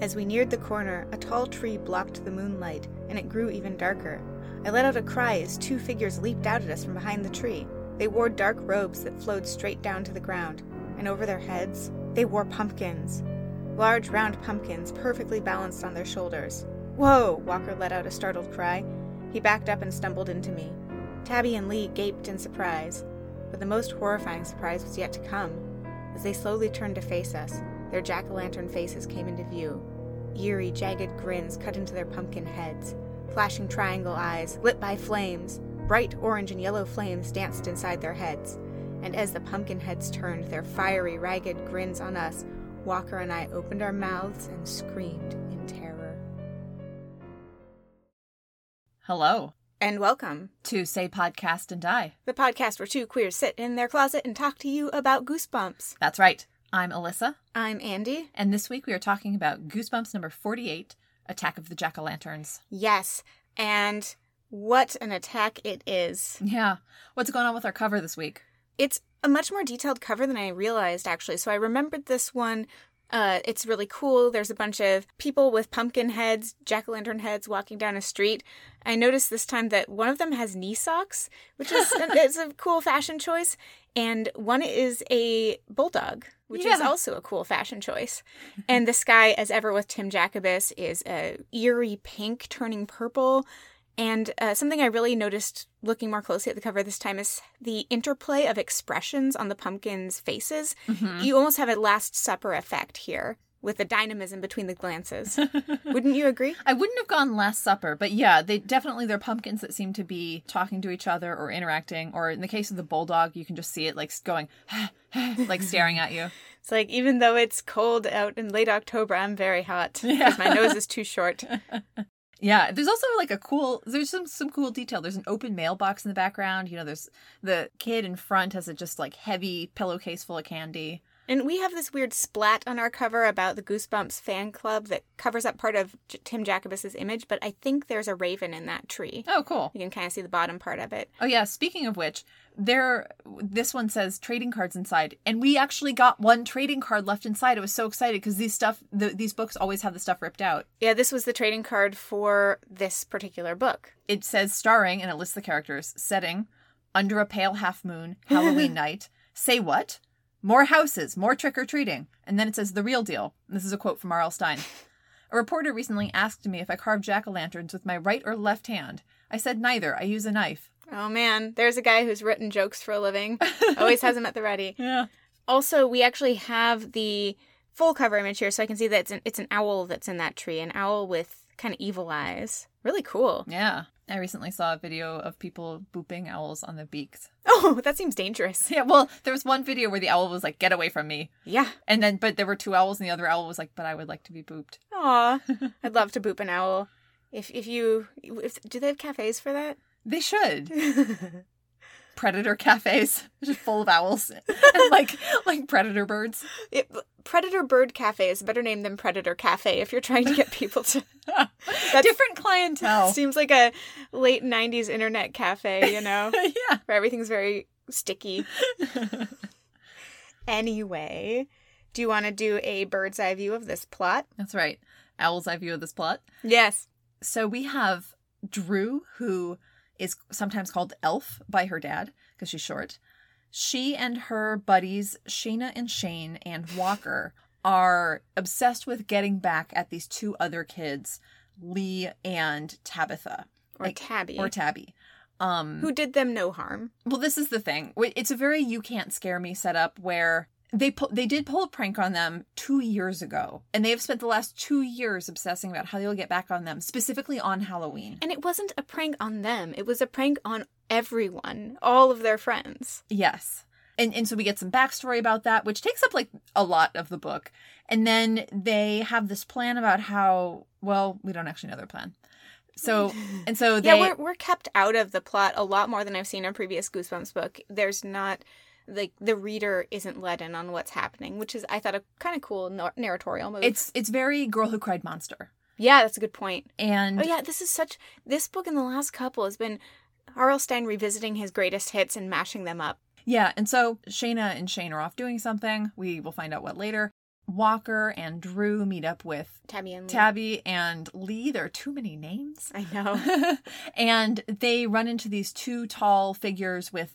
As we neared the corner, a tall tree blocked the moonlight, and it grew even darker. I let out a cry as two figures leaped out at us from behind the tree. They wore dark robes that flowed straight down to the ground, and over their heads, they wore pumpkins. Large, round pumpkins, perfectly balanced on their shoulders. Whoa! Walker let out a startled cry. He backed up and stumbled into me. Tabby and Lee gaped in surprise, but the most horrifying surprise was yet to come. As they slowly turned to face us, their jack o' lantern faces came into view. Eerie, jagged grins cut into their pumpkin heads, flashing triangle eyes, lit by flames. Bright orange and yellow flames danced inside their heads, and as the pumpkin heads turned their fiery, ragged grins on us, Walker and I opened our mouths and screamed in terror. Hello And welcome, to Say Podcast and Die. the podcast where two queers sit in their closet and talk to you about goosebumps. That's right. I'm Alyssa, I'm Andy. and this week we are talking about Goosebumps number 48 Attack of the Jack o' Lanterns. Yes, and what an attack it is. Yeah. What's going on with our cover this week? It's a much more detailed cover than I realized, actually. So I remembered this one. Uh, it's really cool. There's a bunch of people with pumpkin heads, jack o' lantern heads, walking down a street. I noticed this time that one of them has knee socks, which is it's a cool fashion choice, and one is a bulldog, which is Yeah. also a cool fashion choice. And the sky, as ever with Tim Jacobus, is a eerie pink turning purple. And uh, something I really noticed looking more closely at the cover this time is the interplay of expressions on the pumpkins' faces. Hmm? Mm-hmm. You almost have a Last Supper effect here with the dynamism between the glances. Wouldn't you agree? I wouldn't have gone Last Supper, but yeah, they definitely they're pumpkins that seem to be talking to each other or interacting. Or in the case of the bulldog, you can just see it like going, like staring at you. It's like, even though it's cold out in late October, I'm very hot because Yeah. my nose is too short. Yeah, there's also like a cool. There's some some cool detail. There's an open mailbox in the background. You know, there's the kid in front has a just like heavy pillowcase full of candy. And we have this weird splat on our cover about the Goosebumps fan club that covers up part of J- Tim Jacobus's image, but I think there's a raven in that tree. Oh, cool. You can kind of see the bottom part of it. Oh yeah. Speaking of which, there this one says trading cards inside, and we actually got one trading card left inside. I was so excited because these stuff, the, these books always have the stuff ripped out. Yeah, this was the trading card for this particular book. It says starring, and it lists the characters: setting, under a pale half moon, Halloween night. Say what? More houses, more trick or treating, and then it says the real deal. This is a quote from R.L. Stein. A reporter recently asked me if I carved jack o' lanterns with my right or left hand. I said neither. I use a knife. Oh man, there's a guy who's written jokes for a living. Always has them at the ready. Yeah. Also, we actually have the full cover image here, so I can see that it's an, it's an owl that's in that tree, an owl with kind of evil eyes. Really cool. Yeah. I recently saw a video of people booping owls on the beaks. Oh, that seems dangerous. Yeah, well, there was one video where the owl was like, get away from me. Yeah. And then, but there were two owls, and the other owl was like, but I would like to be booped. Aw, I'd love to boop an owl. If if you if, do they have cafes for that? They should. predator cafes, just full of owls, and like, like predator birds. It, predator bird cafe is a better name than predator cafe if you're trying to get people to. Different clientele. Seems like a late '90s internet cafe, you know, yeah. where everything's very sticky. Anyway, do you want to do a bird's eye view of this plot? That's right. Owl's eye view of this plot. Yes. So we have Drew, who is sometimes called Elf by her dad because she's short. She and her buddies, Shayna and Shane and Walker, are obsessed with getting back at these two other kids, Lee and Tabitha Or Like- Tabby, or Tabby. Um, who did them no harm. well, this is the thing. Wait, It's a very you can't scare me setup where they pu- they did pull a prank on them two years ago, and they have spent the last two years obsessing about how they'll get back on them, specifically on Halloween. And it wasn't a prank on them; it was a prank on everyone, all of their friends. Yes. And and so we get some backstory about that, which takes up like a lot of the book. And then they have this plan about how well, we don't actually know their plan. So and so they Yeah, we're we're kept out of the plot a lot more than I've seen in previous Goosebumps book. There's not like the reader isn't let in on what's happening, which is I thought a kind of cool nar- narratorial move. it's it's very girl who cried monster. yeah, that's a good point. And Oh yeah, this is such this book in the last couple has been Harlstein revisiting his greatest hits and mashing them up. Yeah, and so Shayna and Shane are off doing something. We will find out what later. Walker and Drew meet up with Tabby and Lee. Tabby and Lee. There are too many names. I know. and they run into these two tall figures with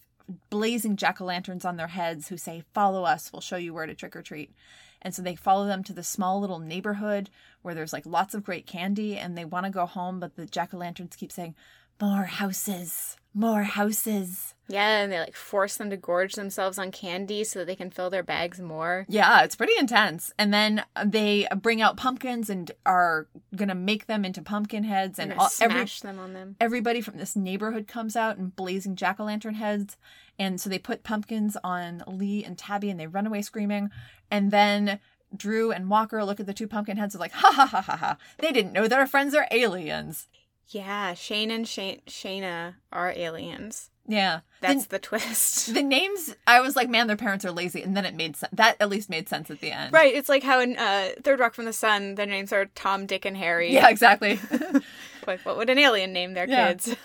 blazing jack o' lanterns on their heads who say, Follow us, we'll show you where to trick or treat. And so they follow them to the small little neighborhood where there's like lots of great candy and they want to go home, but the jack o' lanterns keep saying, More houses, more houses. Yeah, and they like force them to gorge themselves on candy so that they can fill their bags more. Yeah, it's pretty intense. And then they bring out pumpkins and are going to make them into pumpkin heads And and gonna all, every smash them on them. everybody from this neighborhood comes out in blazing jack o' lantern heads. And so they put pumpkins on Lee and Tabby and they run away screaming. And then Drew and Walker look at the two pumpkin heads and like, ha ha ha ha ha. They didn't know that our friends are aliens. Yeah, Shane and Shane, Shayna are aliens. Yeah. That's the, the twist. the names, I was like, man, their parents are lazy. And then it made sense. That at least made sense at the end. right, it's like how in uh, Third Rock from the Sun, their names are Tom, Dick, and Harry. Yeah, exactly. Like, what would an alien name their Yeah. kids?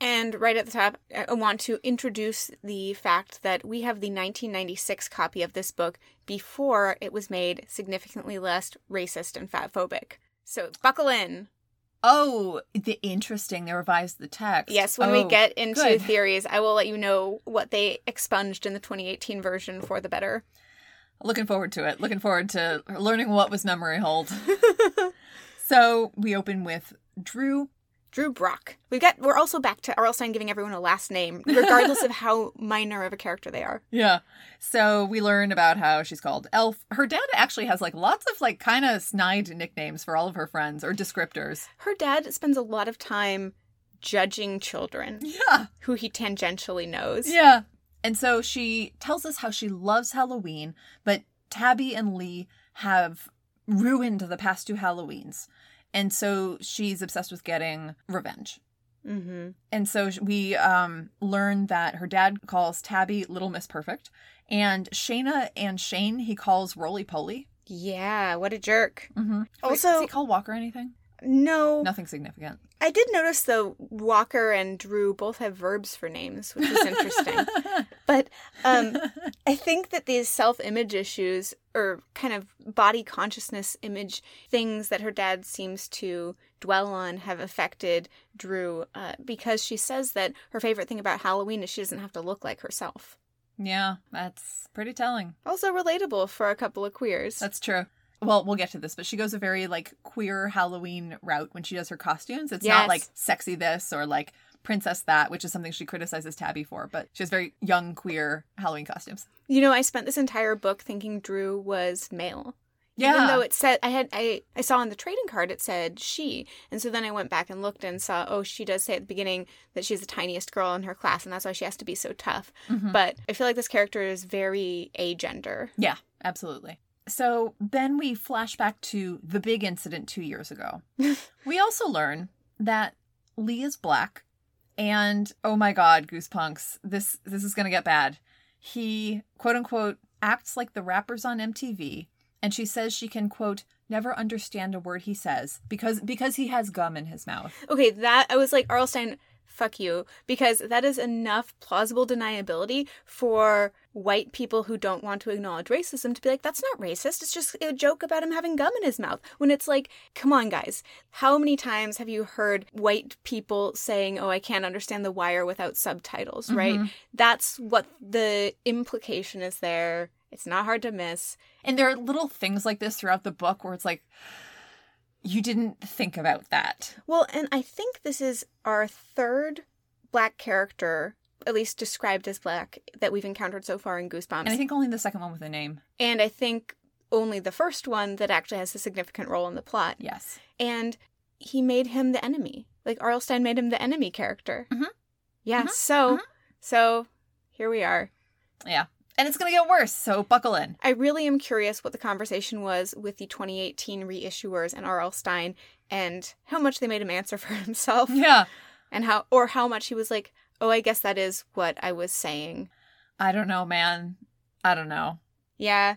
And right at the top, I want to introduce the fact that we have the 1996 copy of this book before it was made significantly less racist and fatphobic. So buckle in. oh, the interesting. They revised the text. Yes, when we Oh, get into good. theories, I will let you know what they expunged in the 2018 version for the better. Looking forward to it. Looking forward to learning what was memory hold. so we open with Drew. Drew Brock. We've got we're also back to Arlstein giving everyone a last name, regardless of how minor of a character they are. Yeah. So we learn about how she's called Elf. Her dad actually has like lots of like kind of snide nicknames for all of her friends or descriptors. Her dad spends a lot of time judging children Yeah. who he tangentially knows. Yeah. And so she tells us how she loves Halloween, but Tabby and Lee have ruined the past two Halloweens. And so she's obsessed with getting revenge. Mm-hmm. And so sh- we um, learn that her dad calls Tabby Little Miss Perfect, and Shayna and Shane he calls Roly Poly. Yeah, what a jerk. Mm-hmm. Also- does he call Walker anything? No, Nothing significant. I did notice though Walker and Drew both have verbs for names, which is interesting. but um, I think that these self image issues or kind of body consciousness image things that her dad seems to dwell on have affected Drew uh, because she says that her favorite thing about Halloween is she doesn't have to look like herself. yeah, that's pretty telling. Also relatable for a couple of queers. That's true. Well, we'll get to this, but she goes a very like queer Halloween route when she does her costumes. It's Yes. not like sexy this or like princess that, which is something she criticizes Tabby for, but she has very young queer Halloween costumes. you know, I spent this entire book thinking Drew was male. Yeah. Even though it said I had I, I saw on the trading card it said she. And so then I went back and looked and saw, oh, she does say at the beginning that she's the tiniest girl in her class and that's why she has to be so tough. Mhm. But I feel like this character is very agender. Yeah, absolutely. So then we flash back to the big incident two years ago. we also learn that Lee is black, and oh my god, Goosepunks, this this is gonna get bad. He quote unquote acts like the rappers on MTV, and she says she can quote never understand a word he says because because he has gum in his mouth. Okay, that I was like, Arlstein, fuck you. Because that is enough plausible deniability for white people who don't want to acknowledge racism to be like, that's not racist. It's just a joke about him having gum in his mouth. When it's like, come on, guys. How many times have you heard white people saying, oh, I can't understand The Wire without subtitles, right? That's what the implication is there. It's not hard to miss. And there are little things like this throughout the book where it's like you didn't think about that. Well, and I think this is our third black character, at least described as black, that we've encountered so far in Goosebumps. And I think only the second one with a name. And I think only the first one that actually has a significant role in the plot. Yes. And he made him the enemy. Like Arlstein made him the enemy character. Mhm. Yeah. Mhm. So, Mhm. so here we are. And it's going to get worse, so buckle in. I really am curious what the conversation was with the 2018 reissuers and R.L. Stein and how much they made him answer for himself. Yeah. and how or how much he was like oh i guess that is what i was saying I don't know, man. I don't know. yeah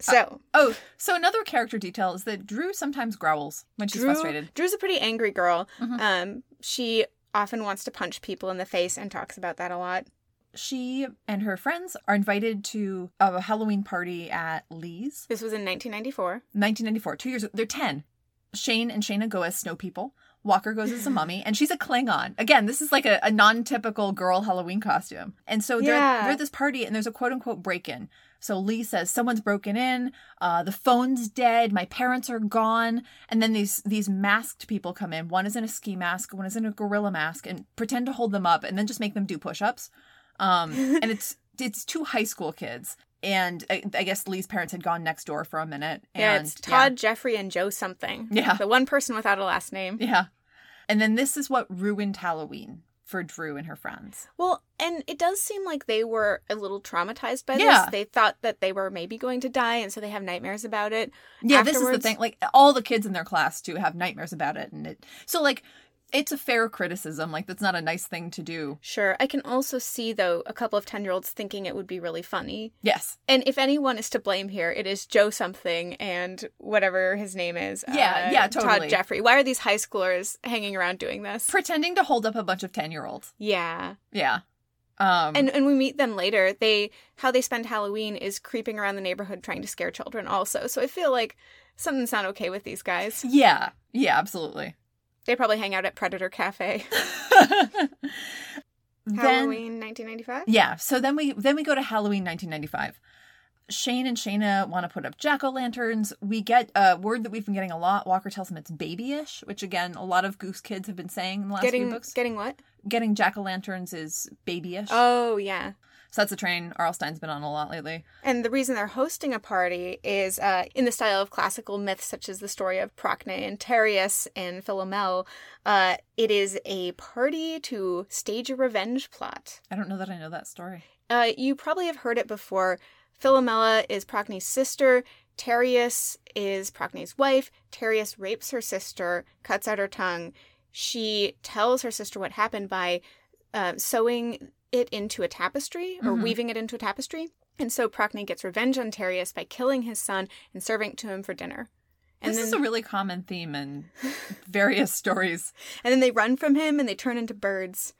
so Oh, so another character detail is that Drew sometimes growls when she's drew, frustrated. drew's a pretty angry girl Mhm. um she often wants to punch people in the face and talks about that a lot she and her friends are invited to a Halloween party at Lee's. This was in 1994. 1994, two years. They're 10. Shane and Shayna go as snow people. Walker goes as a mummy, and she's a Klingon. Again, this is like a, a non typical girl Halloween costume. And so they're, Yeah. they're at this party, and there's a quote unquote break in. So Lee says, Someone's broken in, uh, the phone's dead, my parents are gone. And then these, these masked people come in. One is in a ski mask, one is in a gorilla mask, and pretend to hold them up, and then just make them do push ups. Um, and it's it's two high school kids. And I, I guess Lee's parents had gone next door for a minute. yeah, and it's Todd, Jeffrey, and Joe something. Yeah. The one person without a last name. Yeah. And then this is what ruined Halloween for Drew and her friends. Well, and it does seem like they were a little traumatized by Yeah. this. They thought that they were maybe going to die, and so they have nightmares about it. Yeah, this is the Afterwards- thing. Like all the kids in their class too have nightmares about it and it so like it's a fair criticism. Like that's not a nice thing to do. Sure. I can also see, though, a couple of 10 year olds thinking it would be really funny. Yes. And if anyone is to blame here, it is Joe something and whatever his name is. uh, Yeah, yeah, totally. Todd Jeffrey. Why are these high schoolers hanging around doing this? Pretending to hold up a bunch of ten year olds. yeah. Yeah. Um And and we meet them later. They how they spend Halloween is creeping around the neighborhood trying to scare children also. So I feel like something's not okay with these guys. Yeah. Yeah, absolutely. They probably hang out at Predator Cafe. then Halloween 1995? Yeah. So then we then we go to Halloween 1995. Shane and Shayna want to put up jack o' lanterns. We get a word that we've been getting a lot. Walker tells them it's babyish, which again, a lot of Goose kids have been saying in the last few Getting books. getting what? getting jack o' lanterns is babyish. Oh yeah. So that's a train Arlstein's been on a lot lately. And the reason they're hosting a party is uh, in the style of classical myths, such as the story of Procne and Tereus and Philomel. Uh, it is a party to stage a revenge plot. I don't know that I know that story. Uh, you probably have heard it before. Philomela is Procne's sister. Tereus is Procne's wife. Tereus rapes her sister, cuts out her tongue. She tells her sister what happened by uh, sewing it into a tapestry or Mhm. weaving it into a tapestry. And so Procne gets revenge on Tereus by killing his son and serving it to him for dinner. And this then, is a really common theme in various stories. and then they run from him and they turn into birds.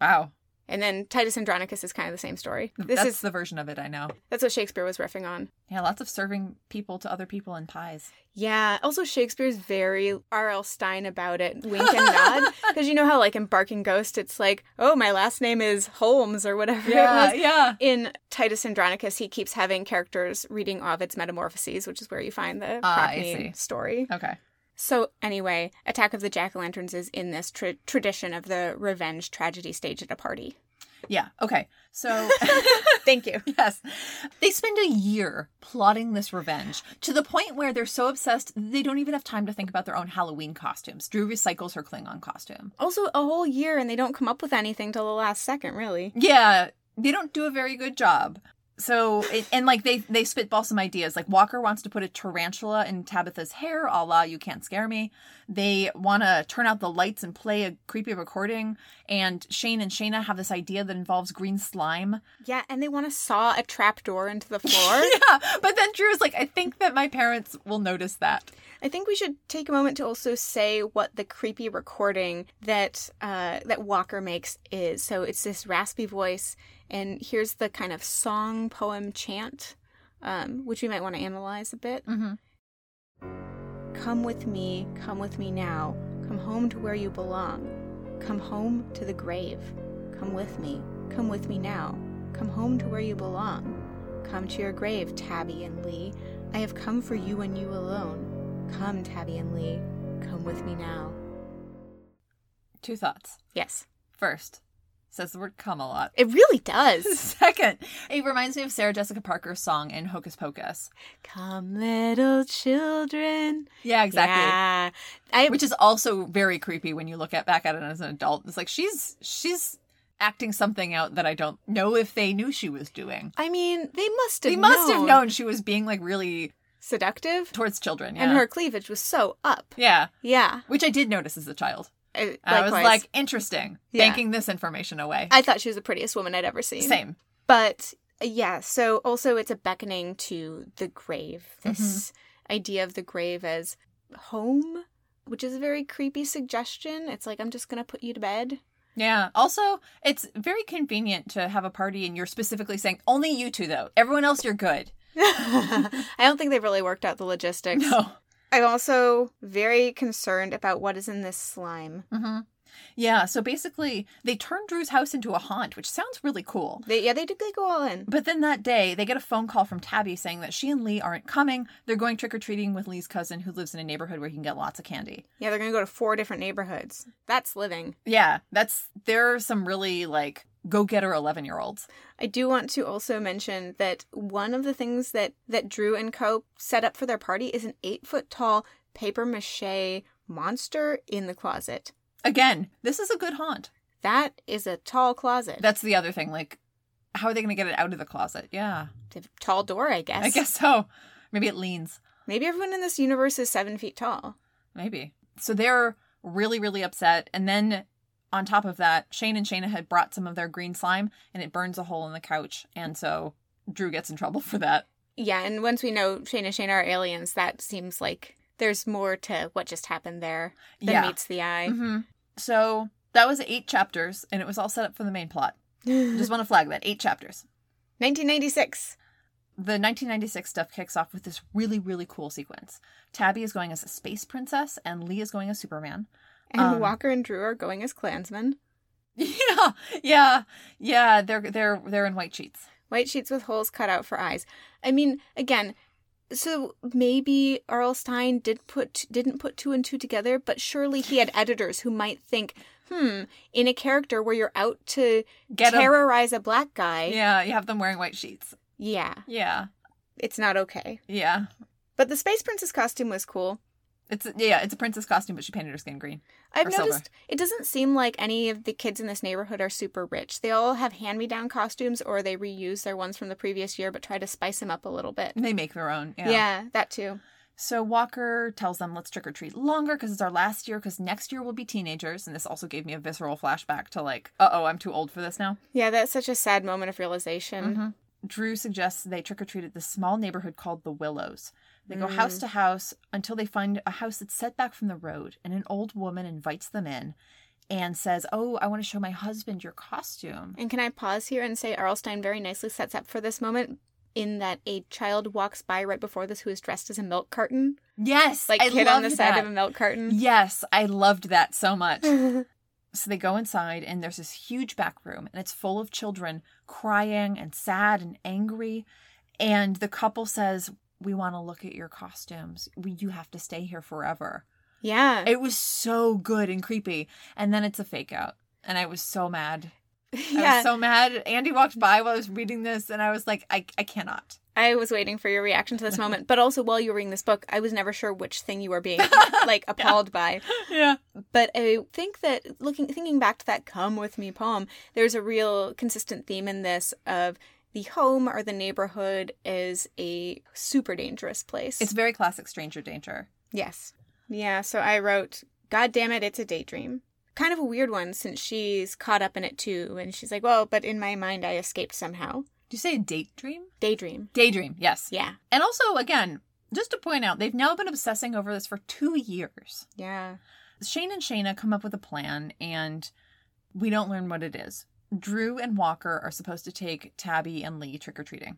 Wow. And then Titus Andronicus is kind of the same story. This Mm, that's is the version of it I know. that's what Shakespeare was riffing on. Yeah, lots of serving people to other people in pies. Yeah. Also, Shakespeare's very R.L. Stein about it, wink and nod, because you know how like in Barking Ghost, it's like, oh, my last name is Holmes or whatever it was. yeah. In Titus Andronicus, he keeps having characters reading Ovid's Metamorphoses, which is where you find the Ah, I see. Procne story. Okay. So anyway, Attack of the Jack o' Lanterns is in this tra- tradition of the revenge tragedy stage at a party. Yeah. Okay. So Thank you. Yes. They spend a year plotting this revenge to the point where they're so obsessed they don't even have time to think about their own Halloween costumes. Drew recycles her Klingon costume. Also, a whole year, and they don't come up with anything till the last second, really. Yeah, they don't do a very good job. So it, and like they they spitball some ideas. Like Walker wants to put a tarantula in Tabitha's hair, a la "You Can't Scare Me." They want to turn out the lights and play a creepy recording. And Shane and Shayna have this idea that involves green slime. Yeah, and they want to saw a trap door into the floor. Yeah, but then Drew is like, "I think that my parents will notice that." I think we should take a moment to also say what the creepy recording that uh, that Walker makes is. So it's this raspy voice, and here's the kind of song poem chant, um, which we might want to analyze a bit. Mm-hmm. Come with me, come with me now. Come home to where you belong. Come home to the grave. Come with me, come with me now. Come home to where you belong. Come to your grave, Tabby and Lee. I have come for you and you alone. Come, Tabby and Lee. Come with me now. Two thoughts. Yes. First, says the word "come" a lot. It really does. Second, it reminds me of Sarah Jessica Parker's song in Hocus Pocus. come, little children. Yeah, exactly. Yeah. I, which is also very creepy when you look at back at it as an adult. It's like she's she's acting something out that I don't know if they knew she was doing. I mean, they must have They must have known she was being like really Seductive. towards children. Yeah. And her cleavage was so up. yeah, Yeah. which I did notice as a child. I, I was Uh, likewise. like, interesting, Yeah. banking this information away. I thought she was the prettiest woman I'd ever seen. Same. But uh, yeah, so also it's a beckoning to the grave. Mm-hmm. This idea of the grave as home, which is a very creepy suggestion. It's like, I'm just going to put you to bed. Yeah. Also, it's very convenient to have a party and you're specifically saying only you two though. Everyone else, you're good. I don't think they've really worked out the logistics. No. I'm also very concerned about what is in this slime. hmm Yeah. So basically, they turned Drew's house into a haunt, which sounds really cool. They, yeah, they did. They go all in. But then that day, they get a phone call from Tabby saying that she and Lee aren't coming. They're going trick or treating with Lee's cousin, who lives in a neighborhood where he can get lots of candy. Yeah, they're gonna go to four different neighborhoods. That's living. Yeah, that's there are some really like go getter eleven year olds. I do want to also mention that one of the things that that Drew and Co set up for their party is an eight foot tall paper mache monster in the closet. Again, this is a good haunt. That is a tall closet. That's the other thing. Like, how are they going to get it out of the closet? Yeah, That's a tall door, I guess. I guess so. Maybe it leans. Maybe everyone in this universe is seven feet tall. Maybe. So they're really really upset, and then. On top of that, Shane and Shayna had brought some of their green slime and it burns a hole in the couch. And so Drew gets in trouble for that. Yeah, and once we know Shane and Shane are aliens, that seems like there's more to what just happened there than meets the eye. hmm So that was eight chapters, and it was all set up for the main plot. Mm-hmm. Just want to flag that eight chapters. 1996. The 1996 stuff kicks off with this really, really cool sequence. Tabby is going as a space princess, and Lee is going as Superman. And Um, Walker and Drew are going as Klansmen. Yeah, yeah, yeah. They're they're they're in white sheets. White sheets with holes cut out for eyes. I mean, again, so maybe Earl Stein did put didn't put two and two together, but surely he had editors who might think, hmm, in a character where you're out to Get 'em. terrorize a black guy, Yeah, you have them wearing white sheets. yeah, Yeah, it's not okay. yeah. But the space princess costume was cool. It's yeah, it's a princess costume, but she painted her skin green. I've Or silver. noticed it doesn't seem like any of the kids in this neighborhood are super rich. They all have hand me down costumes or they reuse their ones from the previous year but try to spice them up a little bit. They make their own. Yeah, that too. So Walker tells them, let's trick or treat longer because it's our last year, because next year we'll be teenagers. And this also gave me a visceral flashback to, like, uh oh, I'm too old for this now. Yeah, that's such a sad moment of realization. Mhm. Drew suggests they trick or treat at this small neighborhood called the Willows. They go Mm. house to house until they find a house that's set back from the road, and an old woman invites them in and says, Oh, I want to show my husband your costume. And can I pause here and say Arlstein very nicely sets up for this moment in that a child walks by right before this who is dressed as a milk carton, Yes, like I kid on the loved side that. of a milk Mm. carton. Yes, I loved that so much. So they go inside, and there's this huge back room, and it's full of children crying and sad and angry. And the couple says, We want to look at your costumes. We, you have to stay here forever. yeah. It was so good and creepy. And then it's a fake out. And I was so mad. I yeah. was so mad. Andy walked by while I was reading this, and I was like, I, I cannot. I was waiting for your reaction to this moment, but also while you were reading this book, I was never sure which thing you were being like appalled by. Yeah. But I think that looking thinking back to that "Come with me" poem, there's a real consistent theme in this of the home or the neighborhood is a super dangerous place. It's very classic Stranger Danger. yes, yeah. So I wrote, "God damn it, it's a daydream." Kind of a weird one since she's caught up in it too, and she's like, "Well, but in my mind, I escaped somehow." Do you say date dream? Daydream. Daydream, yes. Yeah, And also, again, just to point out, they've now been obsessing over this for two years. yeah. Shane and Shayna come up with a plan, and we don't learn what it is. Drew and Walker are supposed to take Tabby and Lee trick or treating.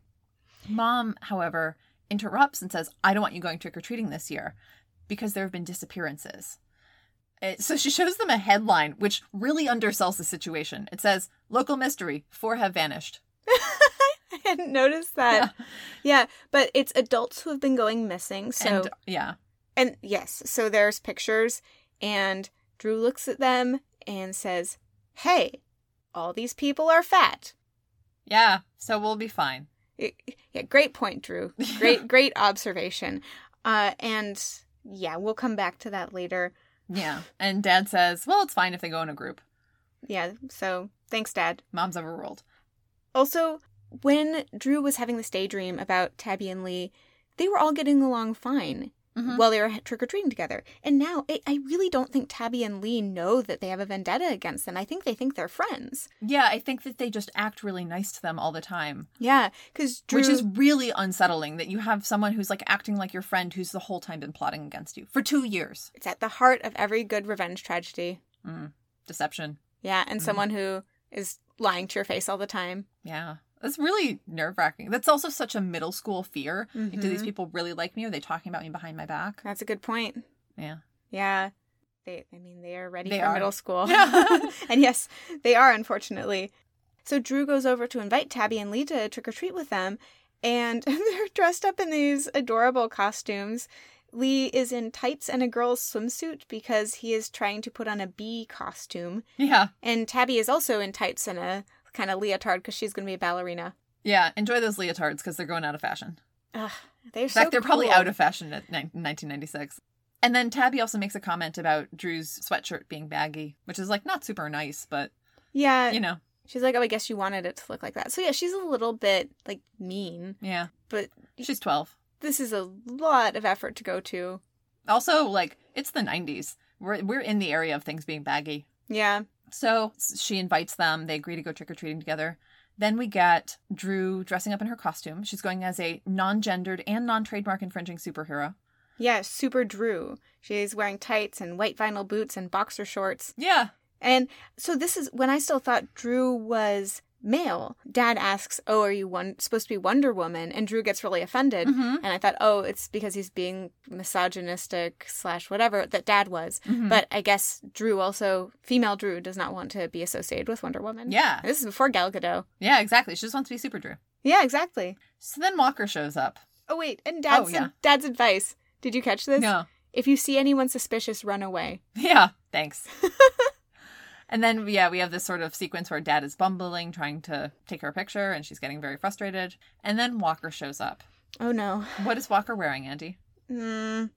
Mom, however, interrupts and says, I don't want you going trick or treating this year because there have been disappearances. Uh, So she shows them a headline which really undersells the situation. It says, Local mystery, four have vanished. I hadn't noticed that. Yeah. but it's adults who have been going missing. So and yeah. and, yes, so there's pictures and Drew looks at them and says, "Hey, all these people are fat." Yeah. So we'll be fine. Y- Yeah, great point, Drew. Great great observation. Uh and yeah, we'll come back to that later. Yeah. And dad says, well, it's fine if they go in a group. Yeah, so thanks dad. Mom's overruled. Also, when Drew was having this daydream about Tabby and Lee, they were all getting along fine. Mhm. while they were trick or treating together. And now I I really don't think Tabby and Lee know that they have a vendetta against them. I think they think they're friends. Yeah, I think that they just act really nice to them all the time, Yeah, because Drew. which is really unsettling that you have someone who's like acting like your friend who's the whole time been plotting against you for two years. it's at the heart of every good revenge tragedy. Mm, deception. Yeah, and someone who is lying to your face all the time. Yeah. That's really nerve wracking. That's also such a middle school fear. Like, do these Mhm. people really like me? Are they talking about me behind my back? That's a good point. Mm-hmm. Yeah. Yeah. They I mean they are ready They for are. middle school. Yeah. and yes, they are unfortunately. So Drew goes over to invite Tabby and Lee to trick or treat with them, and they're dressed up in these adorable costumes. Lee is in tights and a girl's swimsuit because he is trying to put on a bee costume. Yeah. And Tabby is also in tights and a kind of leotard because she's going to be a ballerina. Yeah. Enjoy those leotards because they're going out of fashion. Ugh, they're In fact, so they're probably cool. out of fashion at nin- 1996. And then Tabby also makes a comment about Drew's sweatshirt being baggy, which is like not super nice, but Yeah, you know, she's like, oh, I guess you wanted it to look like that. So yeah, she's a little bit like mean, yeah. but She's 12. this is a lot of effort to go to. Also, like it's the 90s. We're we're in the area of things being baggy. Yeah. So s- she invites them. They agree to go trick or treating together. Then we get Drew dressing up in her costume. She's going as a non gendered and non trademark infringing superhero. Yeah, super Drew. She's wearing tights and white vinyl boots and boxer shorts. Yeah. And so this is when I still thought Drew was male. Dad asks, "Oh, are you one- supposed to be Wonder Woman?" And Drew gets really offended. Mhm. And I thought, "Oh, it's because he's being misogynistic slash whatever that Dad was." Mhm. But I guess Drew also female Drew does not want to be associated with Wonder Woman. yeah. This is before Gal Gadot. Yeah, exactly. She just wants to be Super Drew. Yeah, exactly. So then Walker shows up. Oh wait, and Dad's Oh, yeah. Dad's advice. Did you catch this? No. If you see anyone suspicious, run away. Yeah, thanks. and then, yeah, we have this sort of sequence where dad is bumbling, trying to take her picture, and she's getting very frustrated. And then Walker shows up. Oh no. What is Walker wearing, Andy? Mm,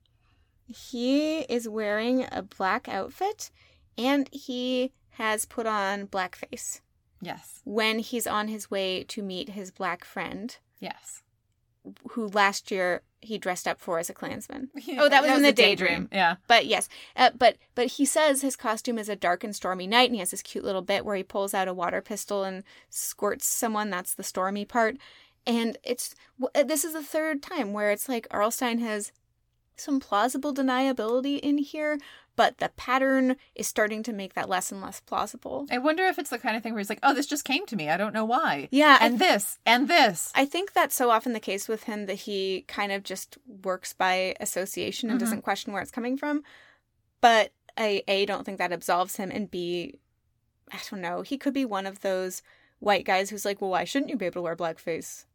he is wearing a black outfit and he has put on blackface Yes. when he's on his way to meet his black friend Yes. who last year he dressed up for as a Klansman. Oh, that was in the daydream. Yeah. But yes, uh, but but he says his costume is a dark and stormy night, and he has this cute little bit where he pulls out a water pistol and squirts someone. That's the stormy part, and it's w- uh, this is the third time where it's like Arlstein has some plausible deniability in here, but the pattern is starting to make that less and less plausible. I wonder if it's the kind of thing where he's like, oh, this just came to me. I don't know why. Yeah, and And this, and this. I think that's so often the case with him that he kind of just works by association and Mhm. doesn't question where it's coming from. But I a don't think that absolves him, and b I don't know. He could be one of those white guys who's like, well, why shouldn't you be able to wear blackface?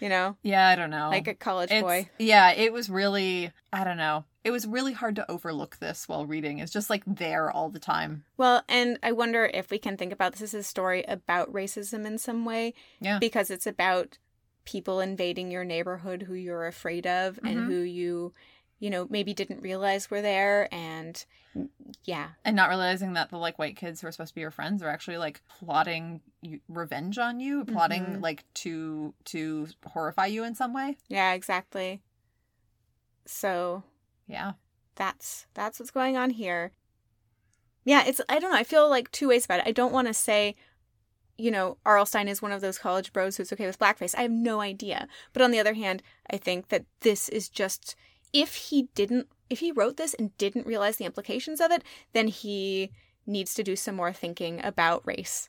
You know, yeah, I don't know. like a college It's- boy. Yeah, it was really, I don't know. It was really hard to overlook this while reading. It's just like there all the time. Well, and I wonder if we can think about this as a story about racism in some way. Yeah. Because it's about people invading your neighborhood who you're afraid of Mhm. and who you, you know, maybe didn't realize were there. And yeah. and not realizing that the like white kids who are supposed to be your friends are actually like plotting you, revenge on you plotting Mhm. like to to horrify you in some way Yeah, exactly. So yeah that's that's what's going on here. Yeah, it's I don't know, I feel like two ways about it. I don't want to say, you know, Arlstein is one of those college bros who's okay with blackface. I have no idea. But on the other hand, I think that this is just if he didn't if he wrote this and didn't realize the implications of it, then he needs to do some more thinking about race,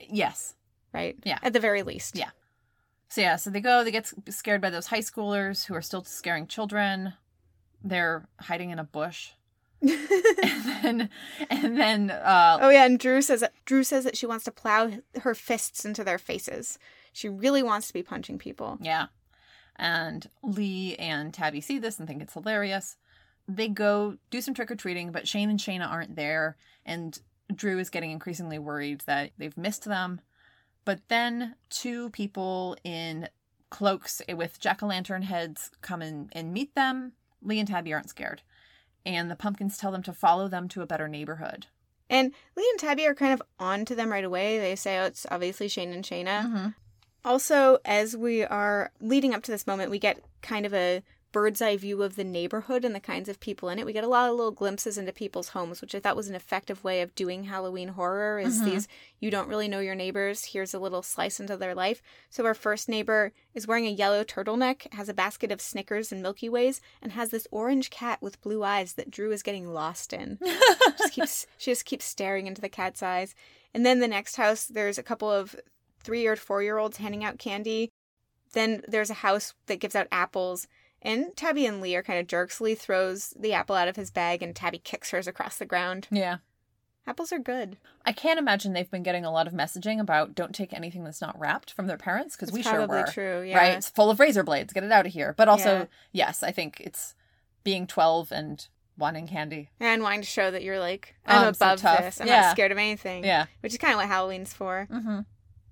yes right? Yeah. At the very least. Yeah. so yeah so they go they get s- scared by those high schoolers who are still scaring children they're hiding in a bush and then and then uh Oh yeah, and Drew says Drew says that she wants to plow her fists into their faces. She really wants to be punching people. yeah and lee and tabby see this and think it's hilarious they go do some trick-or-treating but shane and shayna aren't there and Drew is getting increasingly worried that they've missed them. But then two people in cloaks with jack o' lantern heads come in and meet them. Lee and Tabby aren't scared. And the pumpkins tell them to follow them to a better neighborhood. And Lee and Tabby are kind of on to them right away. They say, "Oh, it's obviously Shane and Shayna." Mm-hmm. Also, as we are leading up to this moment, we get kind of a bird's eye view of the neighborhood and the kinds of people in it. We get a lot of little glimpses into people's homes, which I thought was an effective way of doing Halloween horror is Mhm. these you don't really know your neighbors, here's a little slice into their life. So our first neighbor is wearing a yellow turtleneck, has a basket of Snickers and Milky Ways, and has this orange cat with blue eyes that Drew is getting lost in. Just keeps she just keeps staring into the cat's eyes. And then the next house, there's a couple of three or four year olds handing out candy. Then there's a house that gives out apples. And Tabby and Lee are kind of jerks. Lee throws the apple out of his bag and Tabby kicks hers across the ground. Yeah. Apples are good. I can't imagine they've been getting a lot of messaging about don't take anything that's not wrapped from their parents because It's we sure probably were. true. Yeah. Right? It's full of razor blades. Get it out of here. But also, Yeah. yes, I think it's being 12 and wanting candy. And wanting to show that you're like, I'm I'm Um, so above tough. this. I'm Yeah. not scared of anything. Yeah. Which is kind of what Halloween's for. Mm-hmm.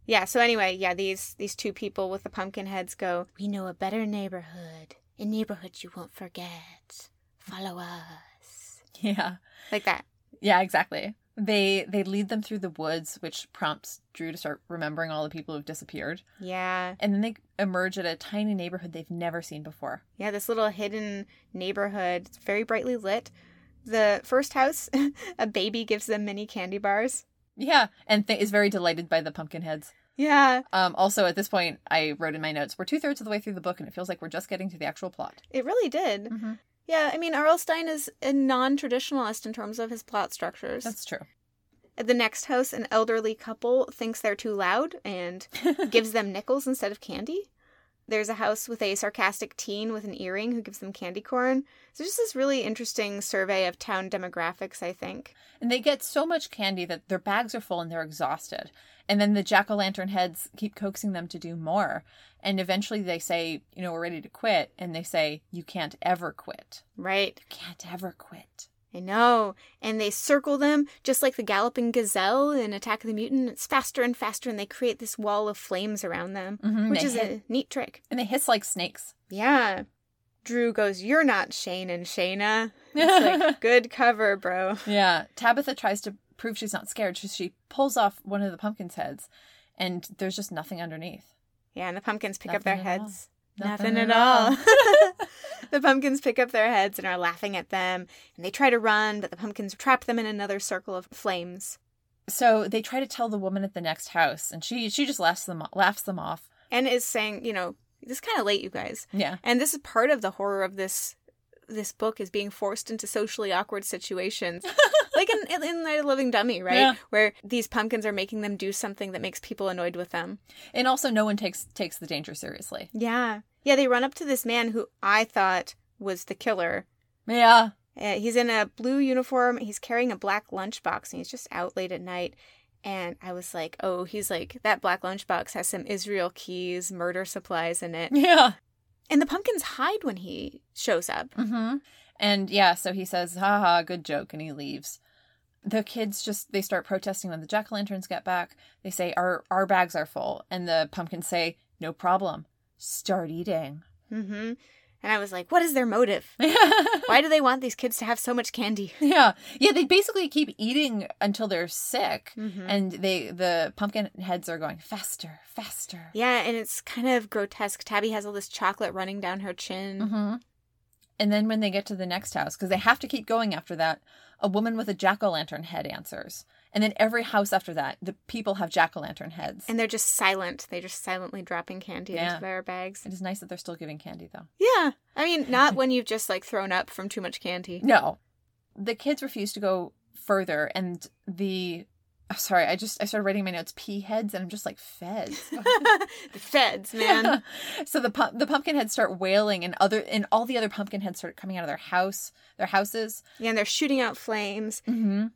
Yeah. So anyway, yeah, these these two people with the pumpkin heads go, "We know a better neighborhood, a neighborhood you won't forget. Follow us." Yeah. Like that. Yeah, exactly. They they lead them through the woods, which prompts Drew to start remembering all the people who've disappeared. Yeah. And then they emerge at a tiny neighborhood they've never seen before. Yeah, this little hidden neighborhood. It's very brightly lit. The first house, a baby gives them mini candy bars. Yeah, and th- is very delighted by the pumpkin heads. Yeah, Um, also, at this point, I wrote in my notes, we're two thirds of the way through the book, and it feels like we're just getting to the actual plot. it really did. Yeah, I mean, R.L. Stein is a non traditionalist in terms of his plot structures. That's true. At the next house, an elderly couple thinks they're too loud and gives them nickels instead of candy. There's a house with a sarcastic teen with an earring who gives them candy corn. So, just this really interesting survey of town demographics, I think. And they get so much candy that their bags are full and they're exhausted. And then the jack o' lantern heads keep coaxing them to do more. And eventually they say, you know, we're ready to quit. And they say, you can't ever quit. Right. Can't ever quit. I know. And they circle them just like the galloping gazelle in Attack of the Mutant. It's faster and faster, and they create this wall of flames around them, Mhm, Mm-hmm. which they is hit- a neat trick. And they hiss like snakes. Yeah. Drew goes, You're not Shane and Shayna. It's like, Good cover, bro. Yeah. Tabitha tries to prove she's not scared. She, she pulls off one of the pumpkin's heads, and there's just nothing underneath. Yeah, and the pumpkins pick up their Nothing at all. heads. Nothing, at all. the pumpkins pick up their heads and are laughing at them, and they try to run, but the pumpkins trap them in another circle of flames. So they try to tell the woman at the next house, and she she just laughs them laughs them off. And is saying, you know, this is kind of late, you guys. Yeah. and this is part of the horror of this this book is being forced into socially awkward situations like in, in Night of the Living Dummy, right? Yeah. Where these pumpkins are making them do something that makes people annoyed with them. And also, no one takes takes the danger seriously. Yeah. Yeah, they run up to this man who I thought was the killer. Yeah. Uh, he's in a blue uniform, he's carrying a black lunchbox, and he's just out late at night. And I was like, oh, he's like, that black lunchbox has some Israel keys, murder supplies in it. Yeah. And the pumpkins hide when he shows up. hmm And yeah, so he says, "Ha ha, good joke," and he leaves. The kids just they start protesting when the jack o' lanterns get back. They say, "Our our bags are full," and the pumpkins say, "No problem, start eating." Mm-hmm. And I was like, what is their motive? yeah, Why do they want these kids to have so much candy? yeah. They basically keep eating until they're sick, and they the pumpkin heads are going faster, faster. Yeah, and it's kind of grotesque. Tabby has all this chocolate running down her chin. hmm And then when they get to the next house, because they have to keep going after that, a woman with a jack o' lantern head answers. And then every house after that, the people have jack o' lantern heads. And they're just silent. They're just silently dropping candy Yeah. into their bags. it is nice that they're still giving candy, though. Yeah. I mean, not when you've just like thrown up from too much candy. No. The kids refuse to go further, and the. oh, Sorry, I just I started writing my notes pea heads, and I'm just like feds. the feds, man. so the pu- the pumpkin heads start wailing, and other and all the other pumpkin heads start coming out of their house, their houses. yeah, and they're shooting out flames. Mm-hmm.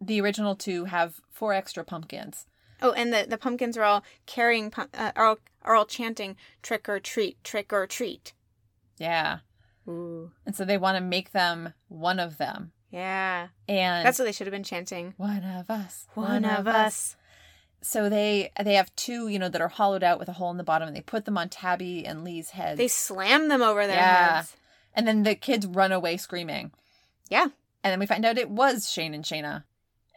The original two have four extra pumpkins, Oh, and the, the pumpkins are all carrying, pum- uh, are, all, are all chanting, trick or treat, trick or treat. Yeah. Ooh. And so they want to make them one of them. Yeah. And That's what they should have been chanting. one of us. One of us. So they they have two, you know, that are hollowed out with a hole in the bottom and they put them on Tabby and Lee's heads. They slam them over their Yeah. heads. and then the kids run away screaming. Yeah. And then we find out it was Shane and Shayna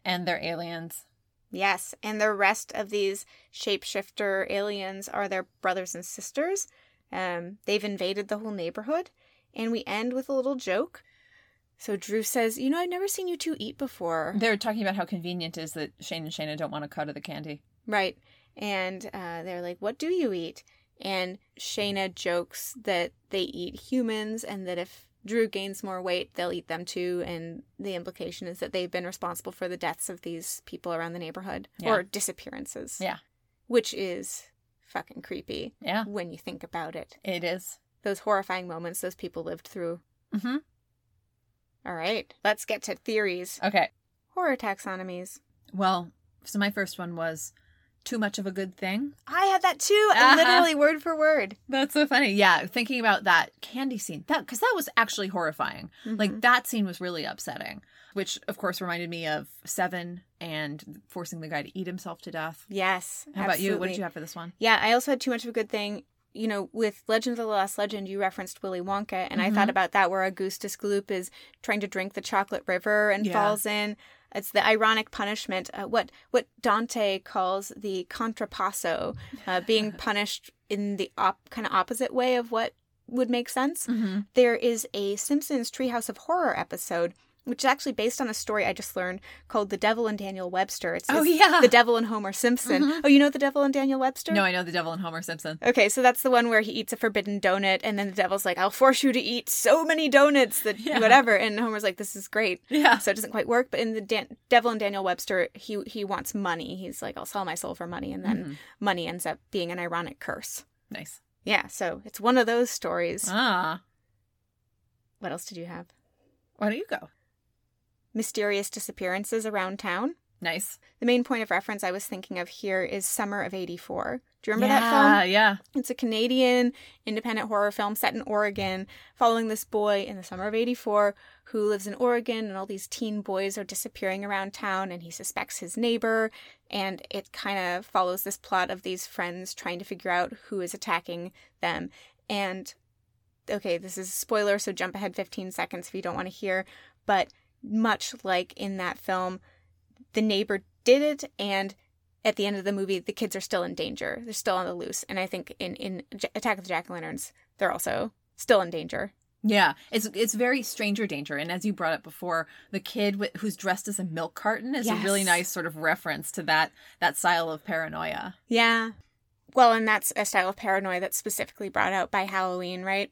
and they're aliens. Yes. And the rest of these shapeshifter aliens are their brothers and sisters. Um, they've invaded the whole neighborhood. And we end with a little joke. So Drew says, You know, I've never seen you two eat before. They're talking about how convenient it is that Shane and Shayna don't want a cut of the candy. Right. And uh, they're like, What do you eat? And Shayna jokes that they eat humans and that if Drew gains more weight, they'll eat them too, and the implication is that they've been responsible for the deaths of these people around the neighborhood Yeah. or disappearances. Yeah. Which is fucking creepy Yeah, when you think about it. it is. Those horrifying moments those people lived through. Mm-hmm. All right, let's get to theories. Okay. Horror taxonomies. Well, so my first one was too much of a good thing. I had that too, Uh-huh. and literally word for word. That's so funny. Yeah, thinking about that candy scene, that because that was actually horrifying. Mm-hmm. Like that scene was really upsetting, which of course reminded me of Seven and forcing the guy to eat himself to death. yes. How about you? absolutely. What did you have for this one? Yeah, I also had too much of a good thing. You know, with Legend of the Lost Legend, you referenced Willy Wonka, and I Mhm. thought about that where Augustus Gloop is trying to drink the chocolate river and Yeah. falls in. It's the ironic punishment, uh, what what Dante calls the contrapasso, uh, being punished in the op- kind of opposite way of what would make sense. Mm-hmm. There is a Simpsons Treehouse of Horror episode, which is actually based on a story I just learned called "The Devil and Daniel Webster." It's, Oh it's yeah. the Devil and Homer Simpson. Mhm. Oh, you know the Devil and Daniel Webster? no, I know the devil and Homer Simpson. Okay, so that's the one where he eats a forbidden donut, and then the devil's like, "I'll force you to eat so many donuts that Yeah. whatever." And Homer's like, "This is great." Yeah. So it doesn't quite work. But in the Dan- Devil and Daniel Webster, he he wants money. He's like, "I'll sell my soul for money," and then Mhm. money ends up being an ironic curse. Nice. Yeah, so it's one of those stories. Ah, What else did you have? why don't you go? Mysterious disappearances around town. Nice. The main point of reference I was thinking of here is Summer of '84. Do you remember yeah, that film? Yeah. It's a Canadian independent horror film set in Oregon, following this boy in the summer of 84 who lives in Oregon, and all these teen boys are disappearing around town, and he suspects his neighbor. And it kind of follows this plot of these friends trying to figure out who is attacking them. And okay, this is a spoiler, so jump ahead 15 seconds if you don't want to hear. But much like in that film, the neighbor did it, and at the end of the movie, the kids are still in danger. They're still on the loose. And I think in, in J- Attack of the Jack O' Lanterns, they're also still in danger. Yeah, it's it's very stranger danger, and as you brought up before, the kid wi- who's dressed as a milk carton is a really Yes. nice sort of reference to that that style of paranoia. Yeah. Well, and that's a style of paranoia that's specifically brought out by Halloween, right?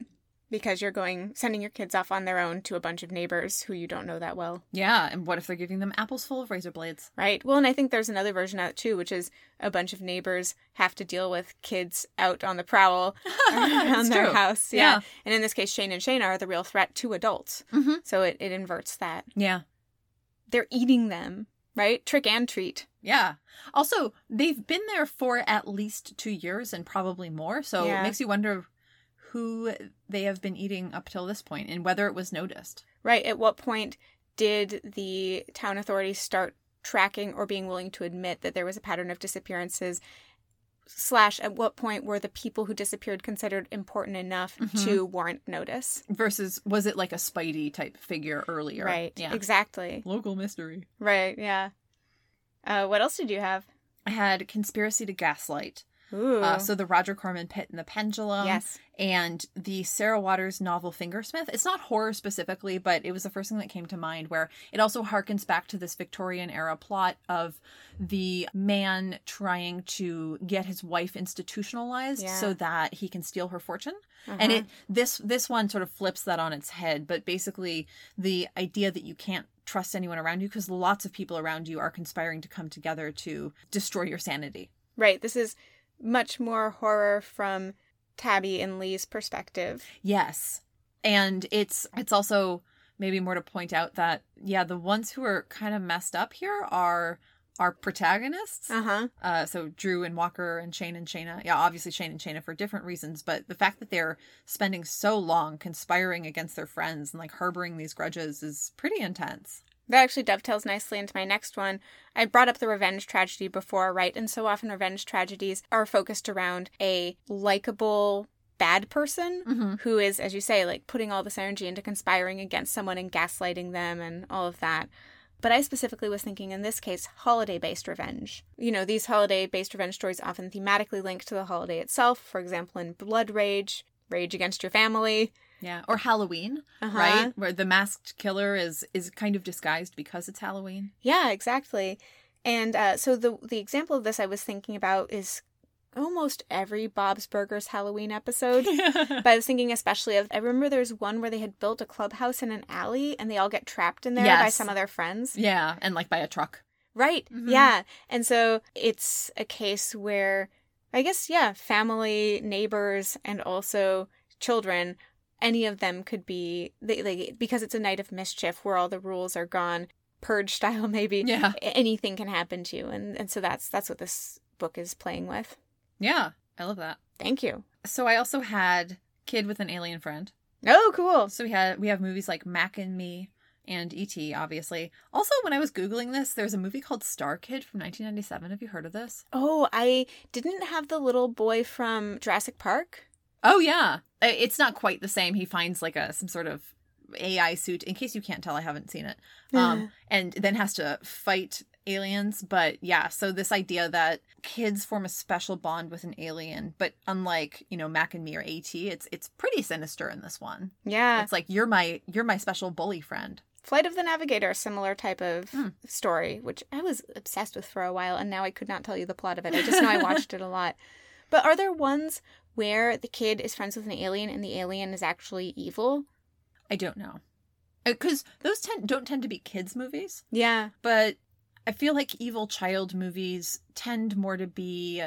Because you're going, sending your kids off on their own to a bunch of neighbors who you don't know that well, Yeah, and what if they're giving them apples full of razor blades? right? Well, and I think there's another version out too, which is a bunch of neighbors have to deal with kids out on the prowl around It's their true. house. Yeah. And in this case, Shane and Shane are the real threat to adults. Mm-hmm. So it, it inverts that. Yeah, they're eating them, right? Trick and treat. yeah. Also, they've been there for at least two years and probably more, so Yeah. it makes you wonder who they have been eating up till this point and whether it was noticed. Right. At what point did the town authorities start tracking or being willing to admit that there was a pattern of disappearances? Slash, at what point were the people who disappeared considered important enough Mhm. to warrant notice? Versus, was it like a Spidey type figure earlier? Right. Yeah. Exactly. Local mystery. Right. Yeah. Uh, what else did you have? I had conspiracy to gaslight. Ooh. Uh, so the Roger Corman pit and the pendulum, yes. and the Sarah Waters novel Fingersmith. It's not horror specifically, but it was the first thing that came to mind. Where it also harkens back to this Victorian era plot of the man trying to get his wife institutionalized Yeah. so that he can steal her fortune. And Uh-huh. it this this one sort of flips that on its head. But basically, the idea that you can't trust anyone around you because lots of people around you are conspiring to come together to destroy your sanity. Right. This is much more horror from Tabby and Lee's perspective. Yes. And it's it's also maybe more to point out that yeah, the ones who are kind of messed up here are our protagonists. Uh huh. Uh, so Drew and Walker and Shane and Shayna. Yeah, obviously Shane and Shayna for different reasons, but the fact that they're spending so long conspiring against their friends and like harboring these grudges is pretty intense. That actually dovetails nicely into my next one. I brought up the revenge tragedy before, right? And so often revenge tragedies are focused around a likable bad person Mm-hmm. who is, as you say, like putting all this energy into conspiring against someone and gaslighting them and all of that. But I specifically was thinking in this case, holiday based revenge. You know, these holiday based revenge stories often thematically link to the holiday itself, for example, in Blood Rage, Rage Against Your Family. Yeah, or Halloween, Uh-huh. right? Where the masked killer is is kind of disguised because it's Halloween. Yeah, exactly. And uh, so the the example of this I was thinking about is almost every Bob's Burgers Halloween episode. but I was thinking especially of I remember there's one where they had built a clubhouse in an alley and they all get trapped in there by Yes. some of their friends. yeah, and like by a truck. Right. Mhm. Yeah. And so it's a case where I guess yeah, family, neighbors and also children any of them could be they, they because it's a night of mischief where all the rules are gone purge style maybe Yeah, a- anything can happen to you and and so that's that's what this book is playing with yeah, I love that. thank you So I also had Kid with an Alien Friend. oh cool So we had we have movies like Mac and Me and E.T. Obviously. Also, when I was googling this, there's a movie called Star Kid from 1997. Have you heard of this? oh i didn't have the little boy from jurassic park Oh yeah, I- it's not quite the same. He finds like a some sort of AI suit. In case you can't tell, I haven't seen it. Um, and then has to fight aliens. But yeah, so this idea that kids form a special bond with an alien, but unlike you know Mac and Me or AT, it's it's pretty sinister in this one. yeah It's like you're my you're my special bully friend. flight of the navigator a similar type of Hmm. story which i was obsessed with for a while and now i could not tell you the plot of it i just know i watched it a lot but are there ones where the kid is friends with an alien and the alien is actually evil I don't know, because those tend don't tend to be kids movies. yeah but I feel like evil child movies tend more to be.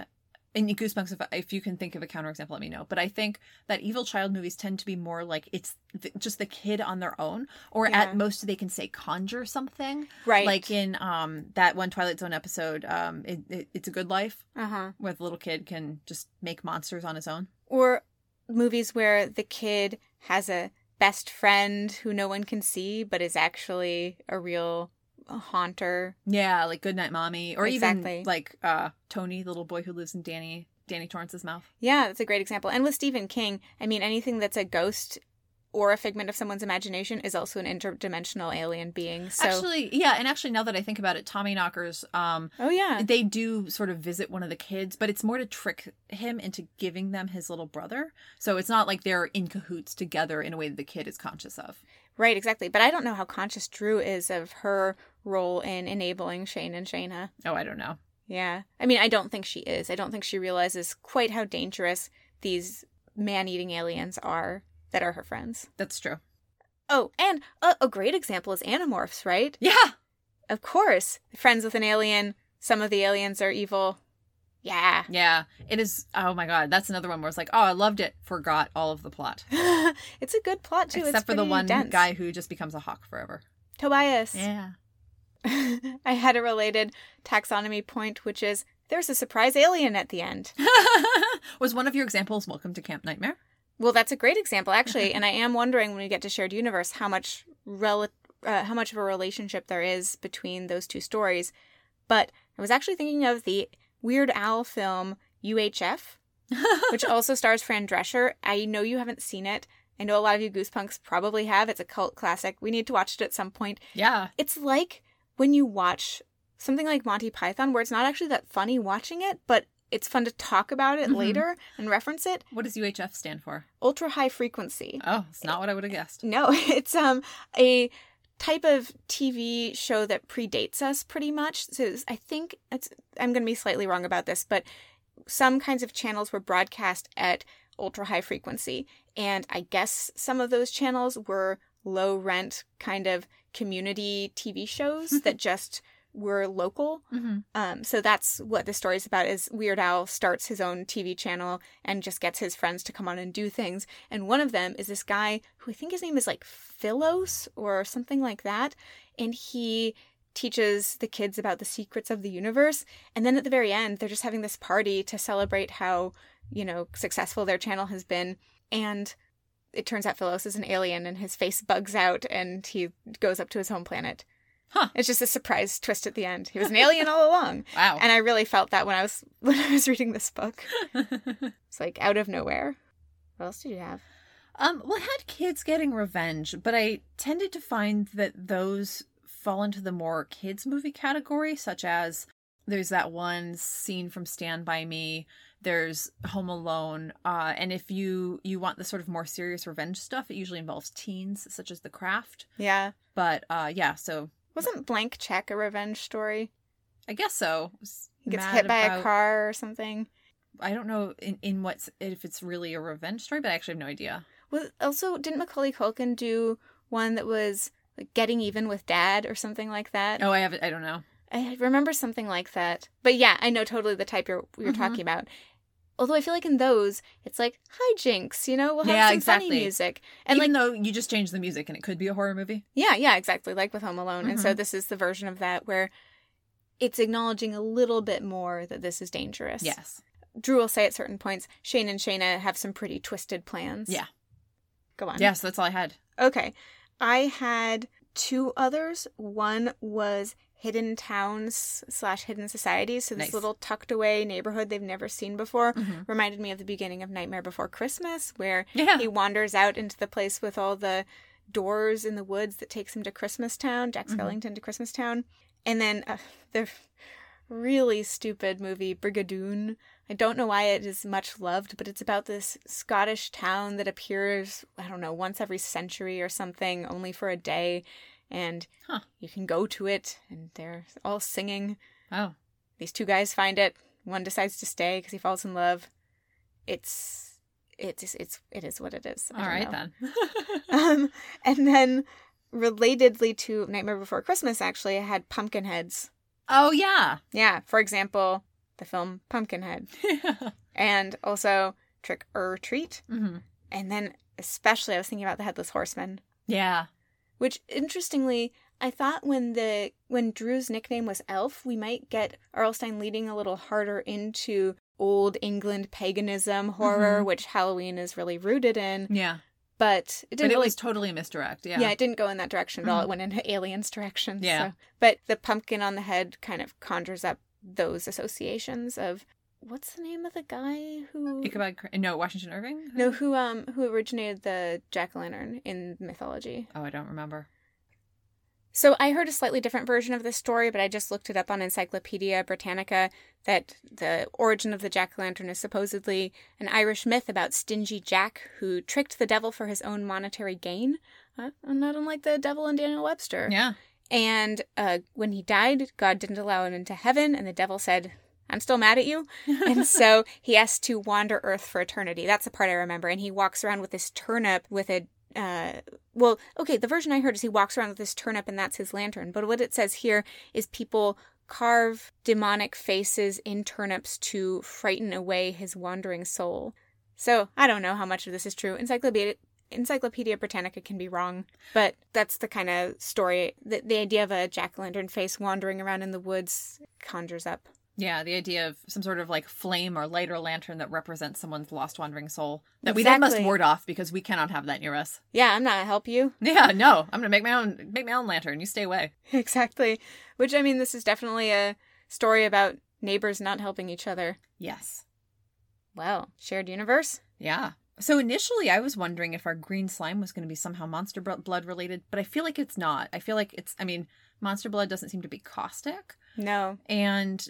And Goosebumps, if, if you can think of a counterexample, let me know. But I think that evil child movies tend to be more like it's th- just the kid on their own, or Yeah. at most they can say conjure something. right Like in um that one Twilight Zone episode, um, it, it, it's a good life uh-huh where the little kid can just make monsters on his own. or movies where the kid has a best friend who no one can see but is actually a real haunter. Yeah, like Goodnight Mommy, or Exactly. even like uh Tony, the little boy who lives in Danny Danny Torrance's mouth. Yeah, that's a great example. And with Stephen King, I mean anything that's a ghost or a figment of someone's imagination is also an interdimensional alien being. So Actually, yeah, and actually now that I think about it, Tommy Knockers, um, Oh yeah. they do sort of visit one of the kids, but it's more to trick him into giving them his little brother. So it's not like they're in cahoots together in a way that the kid is conscious of. Right, exactly. But I don't know how conscious Drew is of her role in enabling Shane and Shayna. Oh, I don't know. Yeah. I mean, I don't think she is. I don't think she realizes quite how dangerous these man eating aliens are that are her friends. That's true. Oh, and a, a great example is Animorphs, right? Yeah. Of course. Friends with an alien. Some of the aliens are evil. Yeah. Yeah. It is. Oh my God. That's another one where it's like, oh, I loved it. Forgot all of the plot. it's a good plot, too. It's Except for the pretty one dense. guy who just becomes a hawk forever. Tobias. Yeah. I had a related taxonomy point, which is there's a surprise alien at the end. Was one of your examples Welcome to Camp Nightmare? Well, that's a great example, actually. and I am wondering when we get to shared universe how much rel- uh, how much of a relationship there is between those two stories. But I was actually thinking of the Weird Owl film UHF, which also stars Fran Drescher. I know you haven't seen it. I know a lot of you goosepunks probably have. It's a cult classic. We need to watch it at some point. yeah. It's like when you watch something like Monty Python, where it's not actually that funny watching it, but it's fun to talk about it Mhm. later and reference it. What does UHF stand for? Ultra high frequency. Oh, it's not what I would have guessed. No, it's um a type of TV show that predates us pretty much. So it's- I think it's I'm going to be slightly wrong about this, but some kinds of channels were broadcast at ultra high frequency, and I guess some of those channels were low rent kind of community TV shows that just were local Mm-hmm. um, so that's what the story's about is Weird Al starts his own TV channel and just gets his friends to come on and do things. And one of them is this guy who I think his name is like Philos or something like that. And he teaches the kids about the secrets of the universe. And then at the very end, they're just having this party to celebrate how, you know, successful their channel has been. And it turns out Philos is an alien and his face bugs out and he goes up to his home planet. Huh. It's just a surprise twist at the end. He was an alien all along. Wow. And I really felt that when I was when I was reading this book. It's like out of nowhere. What else did you have? Um, well, I had kids getting revenge, but I tended to find that those fall into the more kids movie category, such as there's that one scene from Stand by Me, there's Home Alone, uh, and if you you want the sort of more serious revenge stuff, it usually involves teens, such as The Craft. Yeah. But uh, yeah, so Wasn't Blank Check a revenge story? I guess so. I was He gets mad hit by about- a car or something. I don't know in in what's if it's really a revenge story, but I actually have no idea. Was also didn't Macaulay Culkin do one that was like getting even with dad or something like that? Oh, I have I don't know. I remember something like that. But yeah, I know totally the type you're you're Mhm. talking about. Although I feel like in those, it's like hijinks, you know, we'll have Yeah, some exactly. funny music. And And Even like though you just change the music and it could be a horror movie. Yeah, yeah, exactly. Like with Home Alone. And so this is the version of that where it's acknowledging a little bit more that this is dangerous. Yes. Drew will say at certain points, Shane and Shayna have some pretty twisted plans. Yeah. Go on. Yes, that's all I had. Okay. I had two others. One was hidden towns slash hidden societies. So this Nice. little tucked away neighborhood they've never seen before Mhm. reminded me of the beginning of Nightmare Before Christmas, where Yeah. Oh, he wanders out into the place with all the doors in the woods that takes him to Christmas Town, Jack Mhm. Skellington to Christmas Town, and then uh, the really stupid movie Brigadoon. I don't know why it is much loved, but it's about this Scottish town that appears, I don't know, once every century or something, only for a day, and Huh. you can go to it, and they're all singing. Oh. These two guys find it. One decides to stay because he falls in love. It's it's it's it is what it is. I All don't right know. then. Um, and then, relatedly to Nightmare Before Christmas, actually, I had Pumpkinheads. oh yeah. Yeah, for example, the film Pumpkinhead, and also Trick or Treat, hmm and then especially I was thinking about the Headless Horseman, Yeah. which interestingly. I thought when the when Drew's nickname was Elf, we might get Arlstein leading a little harder into old England paganism horror, Mhm. which Halloween is really rooted in. Yeah. But it But didn't it really was totally a misdirect. Yeah. Mm-hmm. Yeah. it didn't go in that direction at all. It went in aliens direction. Yeah. so- But the pumpkin on the head kind of conjures up those associations of what's the name of the guy who Ichabod. Cra- No, Washington Irving. No, who um who originated the jack o' lantern in mythology. Oh, I don't remember. So I heard a slightly different version of this story, but I just looked it up on Encyclopedia Britannica that the origin of the jack o' lantern is supposedly an Irish myth about stingy Jack who tricked the devil for his own monetary gain. Uh, not unlike the devil in Daniel Webster. Yeah. And uh, when he died, God didn't allow him into heaven, and the devil said, I'm still mad at you. and so he has to wander earth for eternity. That's the part I remember. And he walks around with this turnip with a. Uh, well, okay, the version I heard is he walks around with this turnip and that's his lantern. But what it says here is people carve demonic faces in turnips to frighten away his wandering soul. So I don't know how much of this is true. Encyclopedia Encyclopedia Britannica can be wrong, but that's the kind of story that the idea of a jack o' lantern face wandering around in the woods conjures up. Yeah, the idea of some sort of like flame or light or lantern that represents someone's lost wandering soul that we then must Exactly. ward off because we cannot have that near us. Yeah, I'm not gonna help you. Yeah, no, I'm gonna make my own make my own lantern. You stay away. exactly. Which I mean, this is definitely a story about neighbors not helping each other. Yes. Well, shared universe. Yeah. So initially, I was wondering if our green slime was going to be somehow monster bro- blood related, but I feel like it's not. I feel like it's. I mean, monster blood doesn't seem to be caustic, No. and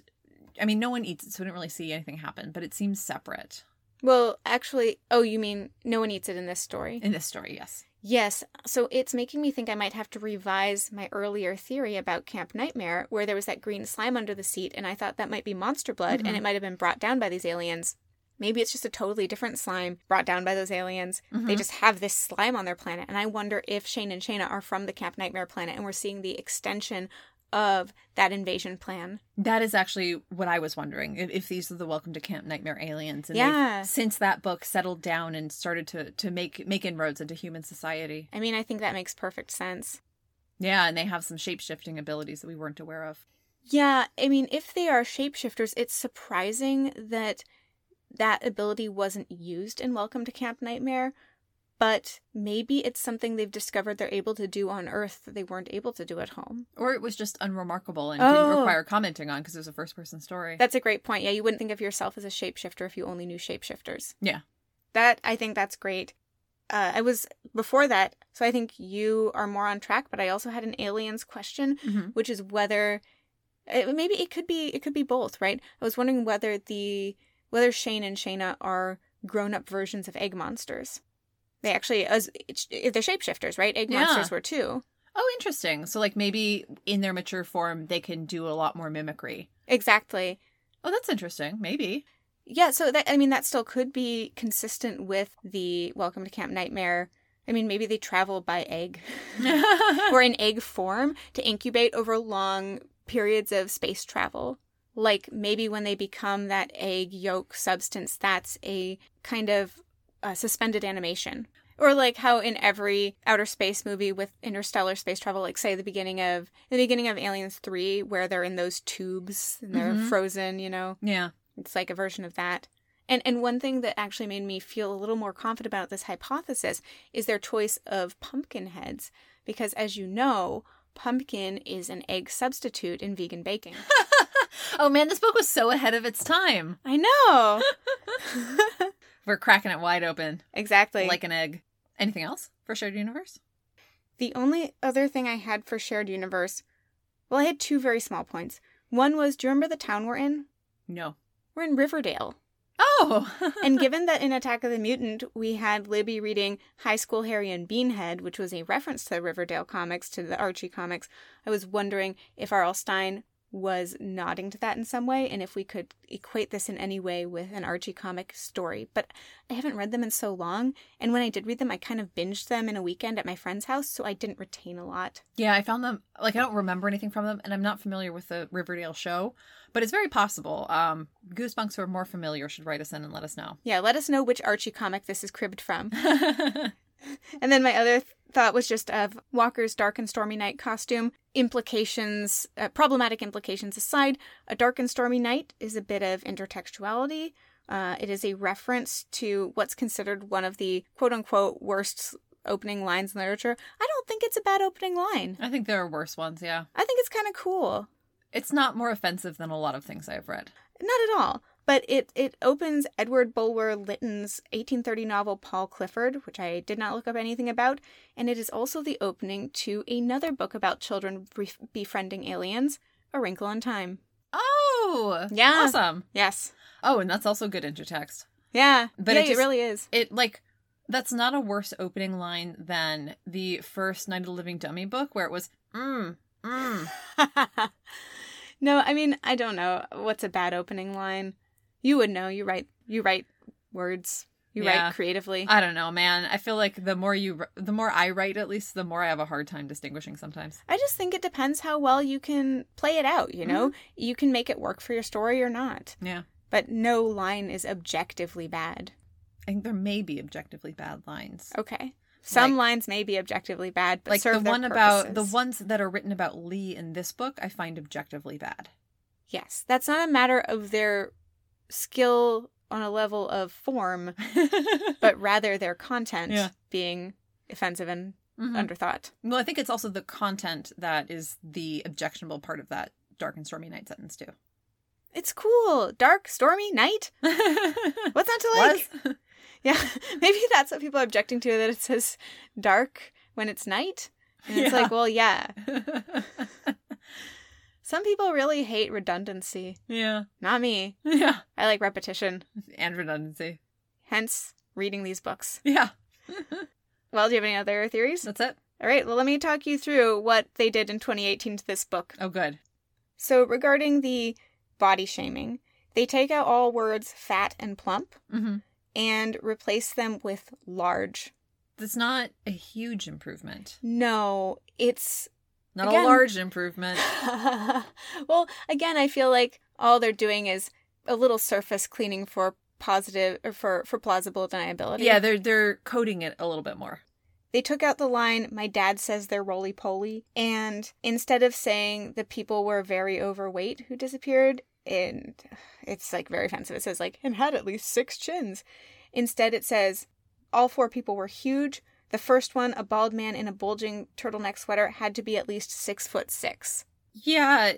I mean, no one eats it, so we don't really see anything happen. But it seems separate Well, actually, oh, you mean no one eats it in this story? in this story. Yes. Yes, so it's making me think I might have to revise my earlier theory about Camp Nightmare, where there was that green slime under the seat, and I thought that might be monster blood, Mhm. and it might have been brought down by these aliens. Maybe it's just a totally different slime brought down by those aliens. They Mhm. just have this slime on their planet, and I wonder if Shane and Shayna are from the Camp Nightmare planet, and we're seeing the extension of that invasion plan. That is actually what I was wondering if, if these are the Welcome to Camp Nightmare aliens. And Yeah. they've, since that book settled down and started to to make make inroads into human society. I mean, I think that makes perfect sense. Yeah, and they have some shape shifting abilities that we weren't aware of. Yeah, I mean, if they are shapeshifters, it's surprising that that ability wasn't used in Welcome to Camp Nightmare, but maybe it's something they've discovered they're able to do on Earth that they weren't able to do at home. Or it was just unremarkable and Oh. didn't require commenting on because it was a first person story. That's a great point. Yeah, you wouldn't think of yourself as a shapeshifter if you only knew shapeshifters. Yeah. That I think that's great. Uh, I was before that, so I think you are more on track. But I also had an aliens question, Mhm. which is whether it, maybe it could be it could be both, right? I was wondering whether the whether Shane and Shayna are grown up versions of egg monsters. They actually as it's- they're shapeshifters, right? Egg Yeah. monsters were too. Oh, interesting. So, like, maybe in their mature form, they can do a lot more mimicry. Exactly. Oh, that's interesting. Maybe. yeah, so that I mean that still could be consistent with the Welcome to Camp Nightmare. I mean, maybe they travel by egg or in egg form to incubate over long periods of space travel. Like maybe when they become that egg yolk substance, that's a kind of uh, suspended animation. Or like how in every outer space movie with interstellar space travel, like say the beginning of the beginning of Aliens Three, where they're in those tubes and they're Mhm. frozen, you know. yeah. It's like a version of that. And and one thing that actually made me feel a little more confident about this hypothesis is their choice of pumpkin heads because as you know, pumpkin is an egg substitute in vegan baking. Oh man, this book was so ahead of its time. I know. We're cracking it wide open exactly. like an egg. Anything else for shared universe? The only other thing I had for shared universe, well, I had two very small points. One was, do you remember the town we're in? No. We're in Riverdale. Oh. and given that in Attack of the Mutant we had Libby reading High School Harry and Beanhead, which was a reference to the Riverdale comics, to the Archie comics, I was wondering if R.L. Stein was nodding to that in some way and if we could equate this in any way with an Archie comic story. But I haven't read them in so long, and when I did read them, I kind of binged them in a weekend at my friend's house, so I didn't retain a lot. Yeah, I found them like I don't remember anything from them, and I'm not familiar with the Riverdale show, but it's very possible. Um, Goosebumps who are more familiar should write us in and let us know. Yeah, let us know which Archie comic this is cribbed from. And then my other th- thought was just of Walker's dark and stormy night costume implications, uh, problematic implications aside. A dark and stormy night is a bit of intertextuality. Uh, it is a reference to what's considered one of the quote unquote worst opening lines in literature. I don't think it's a bad opening line. I think there are worse ones. Yeah, I think it's kind of cool. it's not more offensive than a lot of things I've read. Not at all. But it, it opens Edward Bulwer Lytton's 1830 novel Paul Clifford, which I did not look up anything about, and it is also the opening to another book about children bef- befriending aliens, A Wrinkle in Time. Oh, Yeah. awesome. Yes. Oh, and that's also good intertext. Yeah. But But yeah, it it, just- really is. It like that's not a worse opening line than the first Night of the Living Dummy book where it was mm mm. no, I mean, I don't know what's a bad opening line. You would know. You write you write words. You Yeah. write creatively. I don't know, man. I feel like the more you, the more I write, at least, the more I have a hard time distinguishing sometimes. I just think it depends how well you can play it out, you know? You can make it work for your story or not. Mm-hmm. Yeah. But no line is objectively bad. I think there may be objectively bad lines. Okay. Some Like- lines may be objectively bad, Oh, but like the serve their one about the purposes. ones that are written about Lee in this book, I find objectively bad. Yes, that's not a matter of their skill on a level of form, Mm-hmm. but rather their content Yeah. being offensive and Mhm. underthought. well, I think it's also the content that is the objectionable part of that dark and stormy night sentence too. It's cool. Dark, stormy night. What's not to like? Was? Yeah, maybe that's what people are objecting to that it says dark when it's night. And it's Yeah. like, well, yeah. Some people really hate redundancy. yeah, Not me. yeah, I like repetition, and redundancy. hence reading these books. Yeah, Well, do you have any other theories? that's it. All right, well, let me talk you through what they did in 2018 to this book. Oh, good. So, regarding the body shaming, they take out all words fat and plump hmm and replace them with large. That's not a huge improvement. No, it's Not Again. a large improvement. well, again, I feel like all they're doing is a little surface cleaning for positive or for for plausible deniability. yeah, they're they're coding it a little bit more. They took out the line "My dad says they're roly poly," and instead of saying the people were very overweight who disappeared, and it's like very offensive. It says like and had at least six chins. Instead, it says all four people were huge. The first one, a bald man in a bulging turtleneck sweater, had to be at least six foot six. Yeah,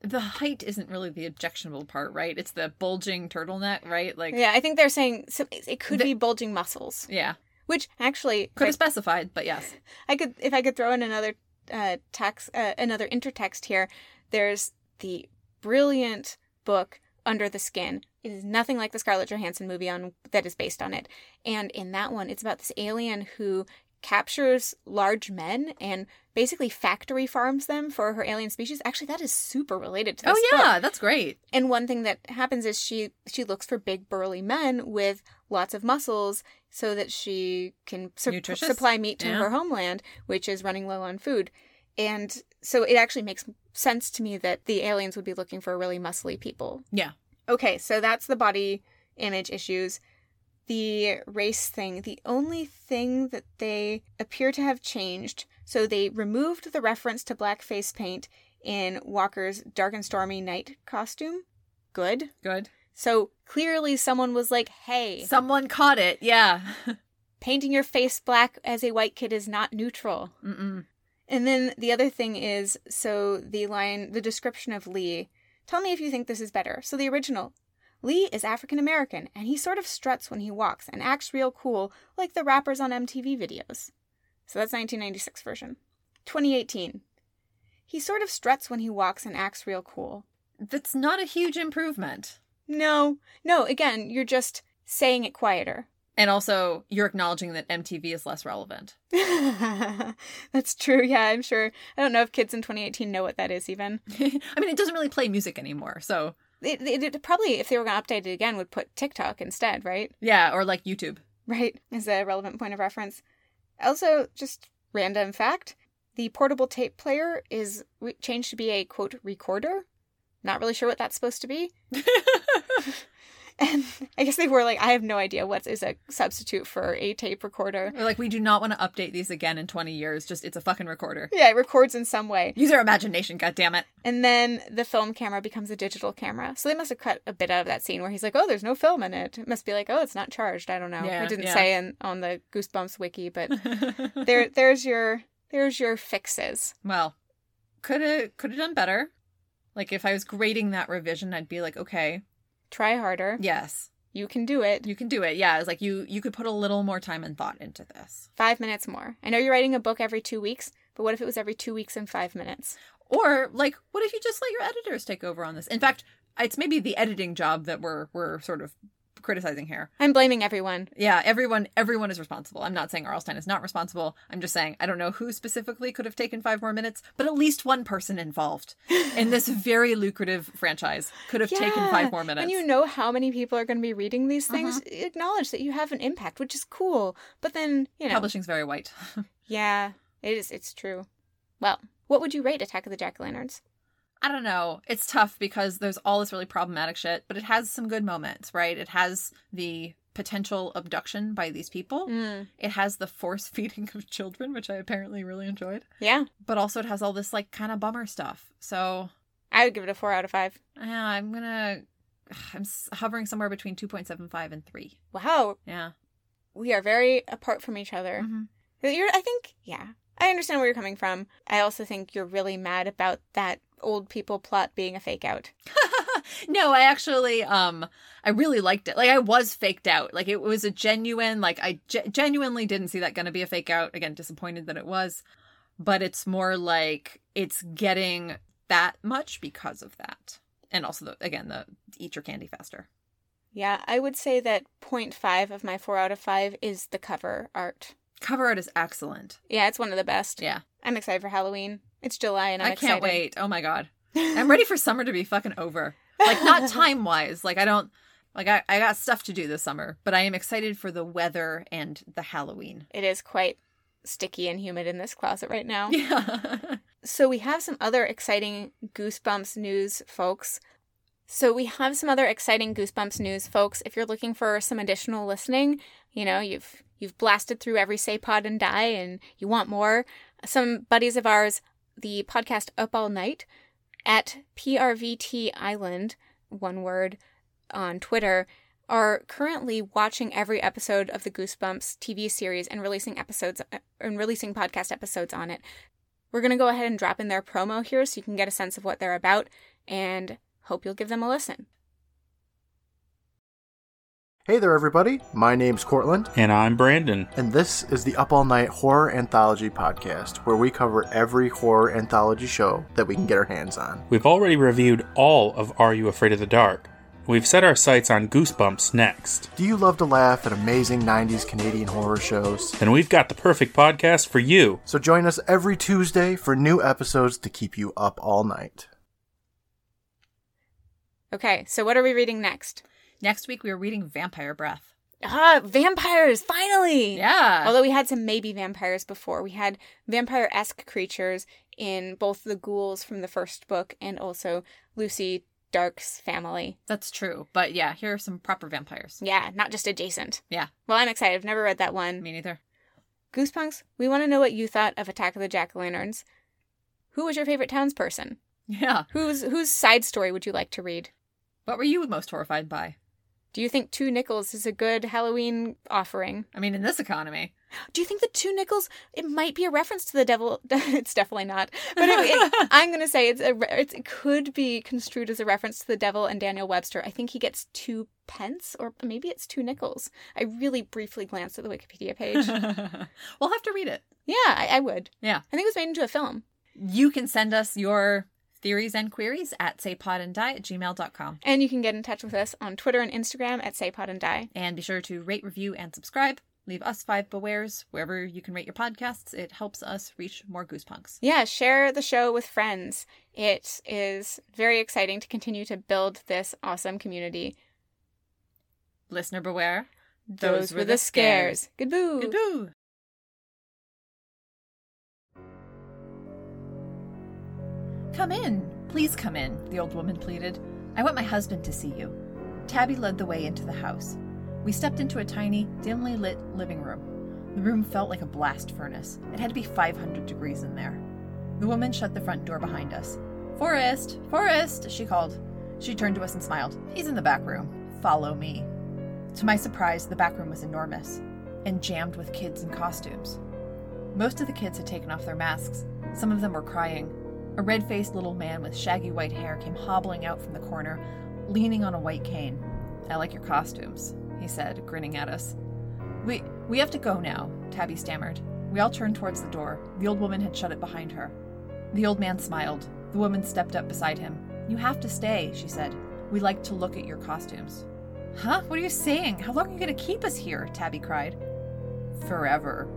the height isn't really the objectionable part, right? It's the bulging turtleneck, right? Like, yeah, I think they're saying so it could The- be bulging muscles, yeah. which actually Could have specified, but yes. I could if I could throw in another uh, text, uh, another intertext here. There's the brilliant book Under the Skin. It is nothing like the Scarlett Johansson movie on that is based on it. And in that one, it's about this alien who captures large men and basically factory farms them for her alien species. Actually, that is super related to this. Oh book. yeah, that's great. And one thing that happens is she she looks for big burly men with lots of muscles so that she can su- Nutritious? supply meat to Yeah. her homeland, which is running low on food. And so it actually makes sense to me that the aliens would be looking for really muscly people. Yeah. Okay, so that's the body image issues. The race thing, the only thing that they appear to have changed, so they removed the reference to blackface paint in Walker's Dark and Stormy Night costume. Good. Good. So clearly, someone was like, hey, Someone caught it. Yeah. painting your face black as a white kid is not neutral. Mm-mm. And then the other thing is so the line, the description of Lee. Tell me if you think this is better. So the original Lee is African American, and he sort of struts when he walks and acts real cool, like the rappers on MTV videos. So that's 1996 version. 2018. He sort of struts when he walks and acts real cool. That's not a huge improvement. No, no, again, you're just saying it quieter. And also, you're acknowledging that MTV is less relevant. That's true. Yeah, I'm sure. I don't know if kids in 2018 know what that is even. I mean, it doesn't really play music anymore. So, It, it, it probably, if they were going to update it again, would put TikTok instead, right? yeah, or like YouTube. Right, is a relevant point of reference. Also, just random fact the portable tape player is re- changed to be a quote recorder. Not really sure what that's supposed to be. And I guess they were like, I have no idea what is a substitute for a tape recorder. We're like, we do not want to update these again in 20 years. Just, it's a fucking recorder. Yeah, it records in some way. Use our imagination, goddammit. And then the film camera becomes a digital camera. So they must have cut a bit out of that scene where he's like, "Oh, there's no film in it." It must be like, "Oh, it's not charged." I don't know. Yeah, it didn't yeah. say in, on the Goosebumps wiki, but it. there, there's your there's your fixes. well, could have could have done better. Like if I was grading that revision, I'd be like, okay, Try harder. yes, You can do it. you can do it. Yeah, it's like you you could put a little more time and thought into this. Five minutes more. I know you're writing a book every two weeks, but what if it was every two weeks and five minutes? Or like, what if you just let your editors take over on this? In fact, it's maybe the editing job that we're we're sort of criticizing here. I'm blaming everyone. Yeah, everyone everyone is responsible. I'm not saying Arlstein is not responsible. I'm just saying I don't know who specifically could have taken five more minutes, but at least one person involved in this very lucrative franchise could have taken Yeah. five more minutes. When you know how many people are going to be reading these things, acknowledge that you have an impact, which is cool. But then, you know, Publishing's very white. Yeah, it is. It's true. Well, what would you rate Attack of the Jack O' Lanterns? I don't know. It's tough because there's all this really problematic shit, but it has some good moments, right? It has the potential abduction by these people. Mm. It has the force feeding of children, which I apparently really enjoyed. Yeah, But also it has all this like kind of bummer stuff. So I would give it a four out of five. Yeah, I'm gonna. I'm s- hovering somewhere between 2.75 and 3. Wow, Yeah. we are very apart from each other. Mhm. You're, I think, yeah, I understand where you're coming from. I also think you're really mad about that old people plot being a fake out. no, I actually, um, I really liked it. Like, I was faked out. Like, it was a genuine, like, I ge- genuinely didn't see that gonna be a fake out. Again, disappointed that it was. But it's more like it's getting that much because of that. And also, the, again, the eat your candy faster. Yeah, I would say that 0.5 of my four out of five is the cover art. Cover art is excellent. Yeah, it's one of the best. Yeah. I'm excited for Halloween. It's July and I'm I can't excited. wait. Oh my God. I'm ready for summer to be fucking over. Like not time wise. Like I don't like I, I got stuff to do this summer, but I am excited for the weather and the Halloween. It is quite sticky and humid in this closet right Oh. now. Yeah. So we have some other exciting Goosebumps news, folks. So we have some other exciting Goosebumps news, folks. If you're looking for some additional listening, you know, you've you've blasted through every Say Pod and Die and you want more. Some buddies of ours, the podcast Up All Night at PRVT Island, one word on Twitter, are currently watching every episode of the Goosebumps TV series and releasing episodes uh, and releasing podcast episodes on it. We're going to go ahead and drop in their promo here so you can get a sense of what they're about and hope you'll give them a listen. Hey there, everybody. My name's Cortland, And I'm Brandon. and this is the Up All Night Horror Anthology Podcast, where we cover every horror anthology show that we can get our hands on. We've already reviewed all of Are You Afraid of the Dark? We've set our sights on Goosebumps next, Do you love to laugh at amazing 90s Canadian horror shows? and we've got the perfect podcast for you. So join us every Tuesday for new episodes to keep you up all night. Okay, so what are we reading next? Next week we are reading Vampire Breath. Ah, vampires, finally! Yeah. Although we had some maybe vampires before. We had vampire esque creatures in both the ghouls from the first book and also Lucy Dark's family. That's true. But yeah, here are some proper vampires. Yeah, not just adjacent. Yeah. Well, I'm excited. I've never read that one. Me neither. Goosepunks, we want to know what you thought of Attack of the Jack O' Lanterns. Who was your favorite townsperson? Yeah. Whose whose side story would you like to read? What were you most horrified by? Do you think two nickels is a good Halloween offering? I mean, in this economy. Do you think the two nickels? It might be a reference to the devil. it's definitely not. But it, it- I'm going to say it's a. re- It's, it could be construed as a reference to the devil and Daniel Webster. I think he gets two pence, or maybe it's two nickels. I really briefly glanced at the Wikipedia page. we'll have to read it. yeah, I, I would. Yeah. I think it was made into a film. You can send us your theories and queries at saypodandie at gmail.com. And you can get in touch with us on Twitter and Instagram at SayPod and Die. And be sure to rate, review, and subscribe. Leave us five bewares wherever you can rate your podcasts. It helps us reach more goosepunks. Yeah, share the show with friends. It is very exciting to continue to build this awesome community. Listener beware. Those, were the scares. Good boo. Good boo. Come in. Please come in, the old woman pleaded. I want my husband to see you. Tabby led the way into the house. We stepped into a tiny, dimly lit living room. The room felt like a blast furnace. It had to be 500 degrees in there. The woman shut the front door behind us. Forrest! Forrest! she called. She turned to us and smiled. He's in the back room. Follow me. To my surprise, the back room was enormous and jammed with kids in costumes. Most of the kids had taken off their masks. Some of them were crying. A red faced little man with shaggy white hair came hobbling out from the corner, leaning on a white cane. I like your costumes, he said, grinning at us. We, we have to go now, Tabby stammered. We all turned towards the door. The old woman had shut it behind her. The old man smiled. The woman stepped up beside him. You have to stay, she said. We like to look at your costumes. Huh? What are you saying? How long are you going to keep us here? Tabby cried. Forever,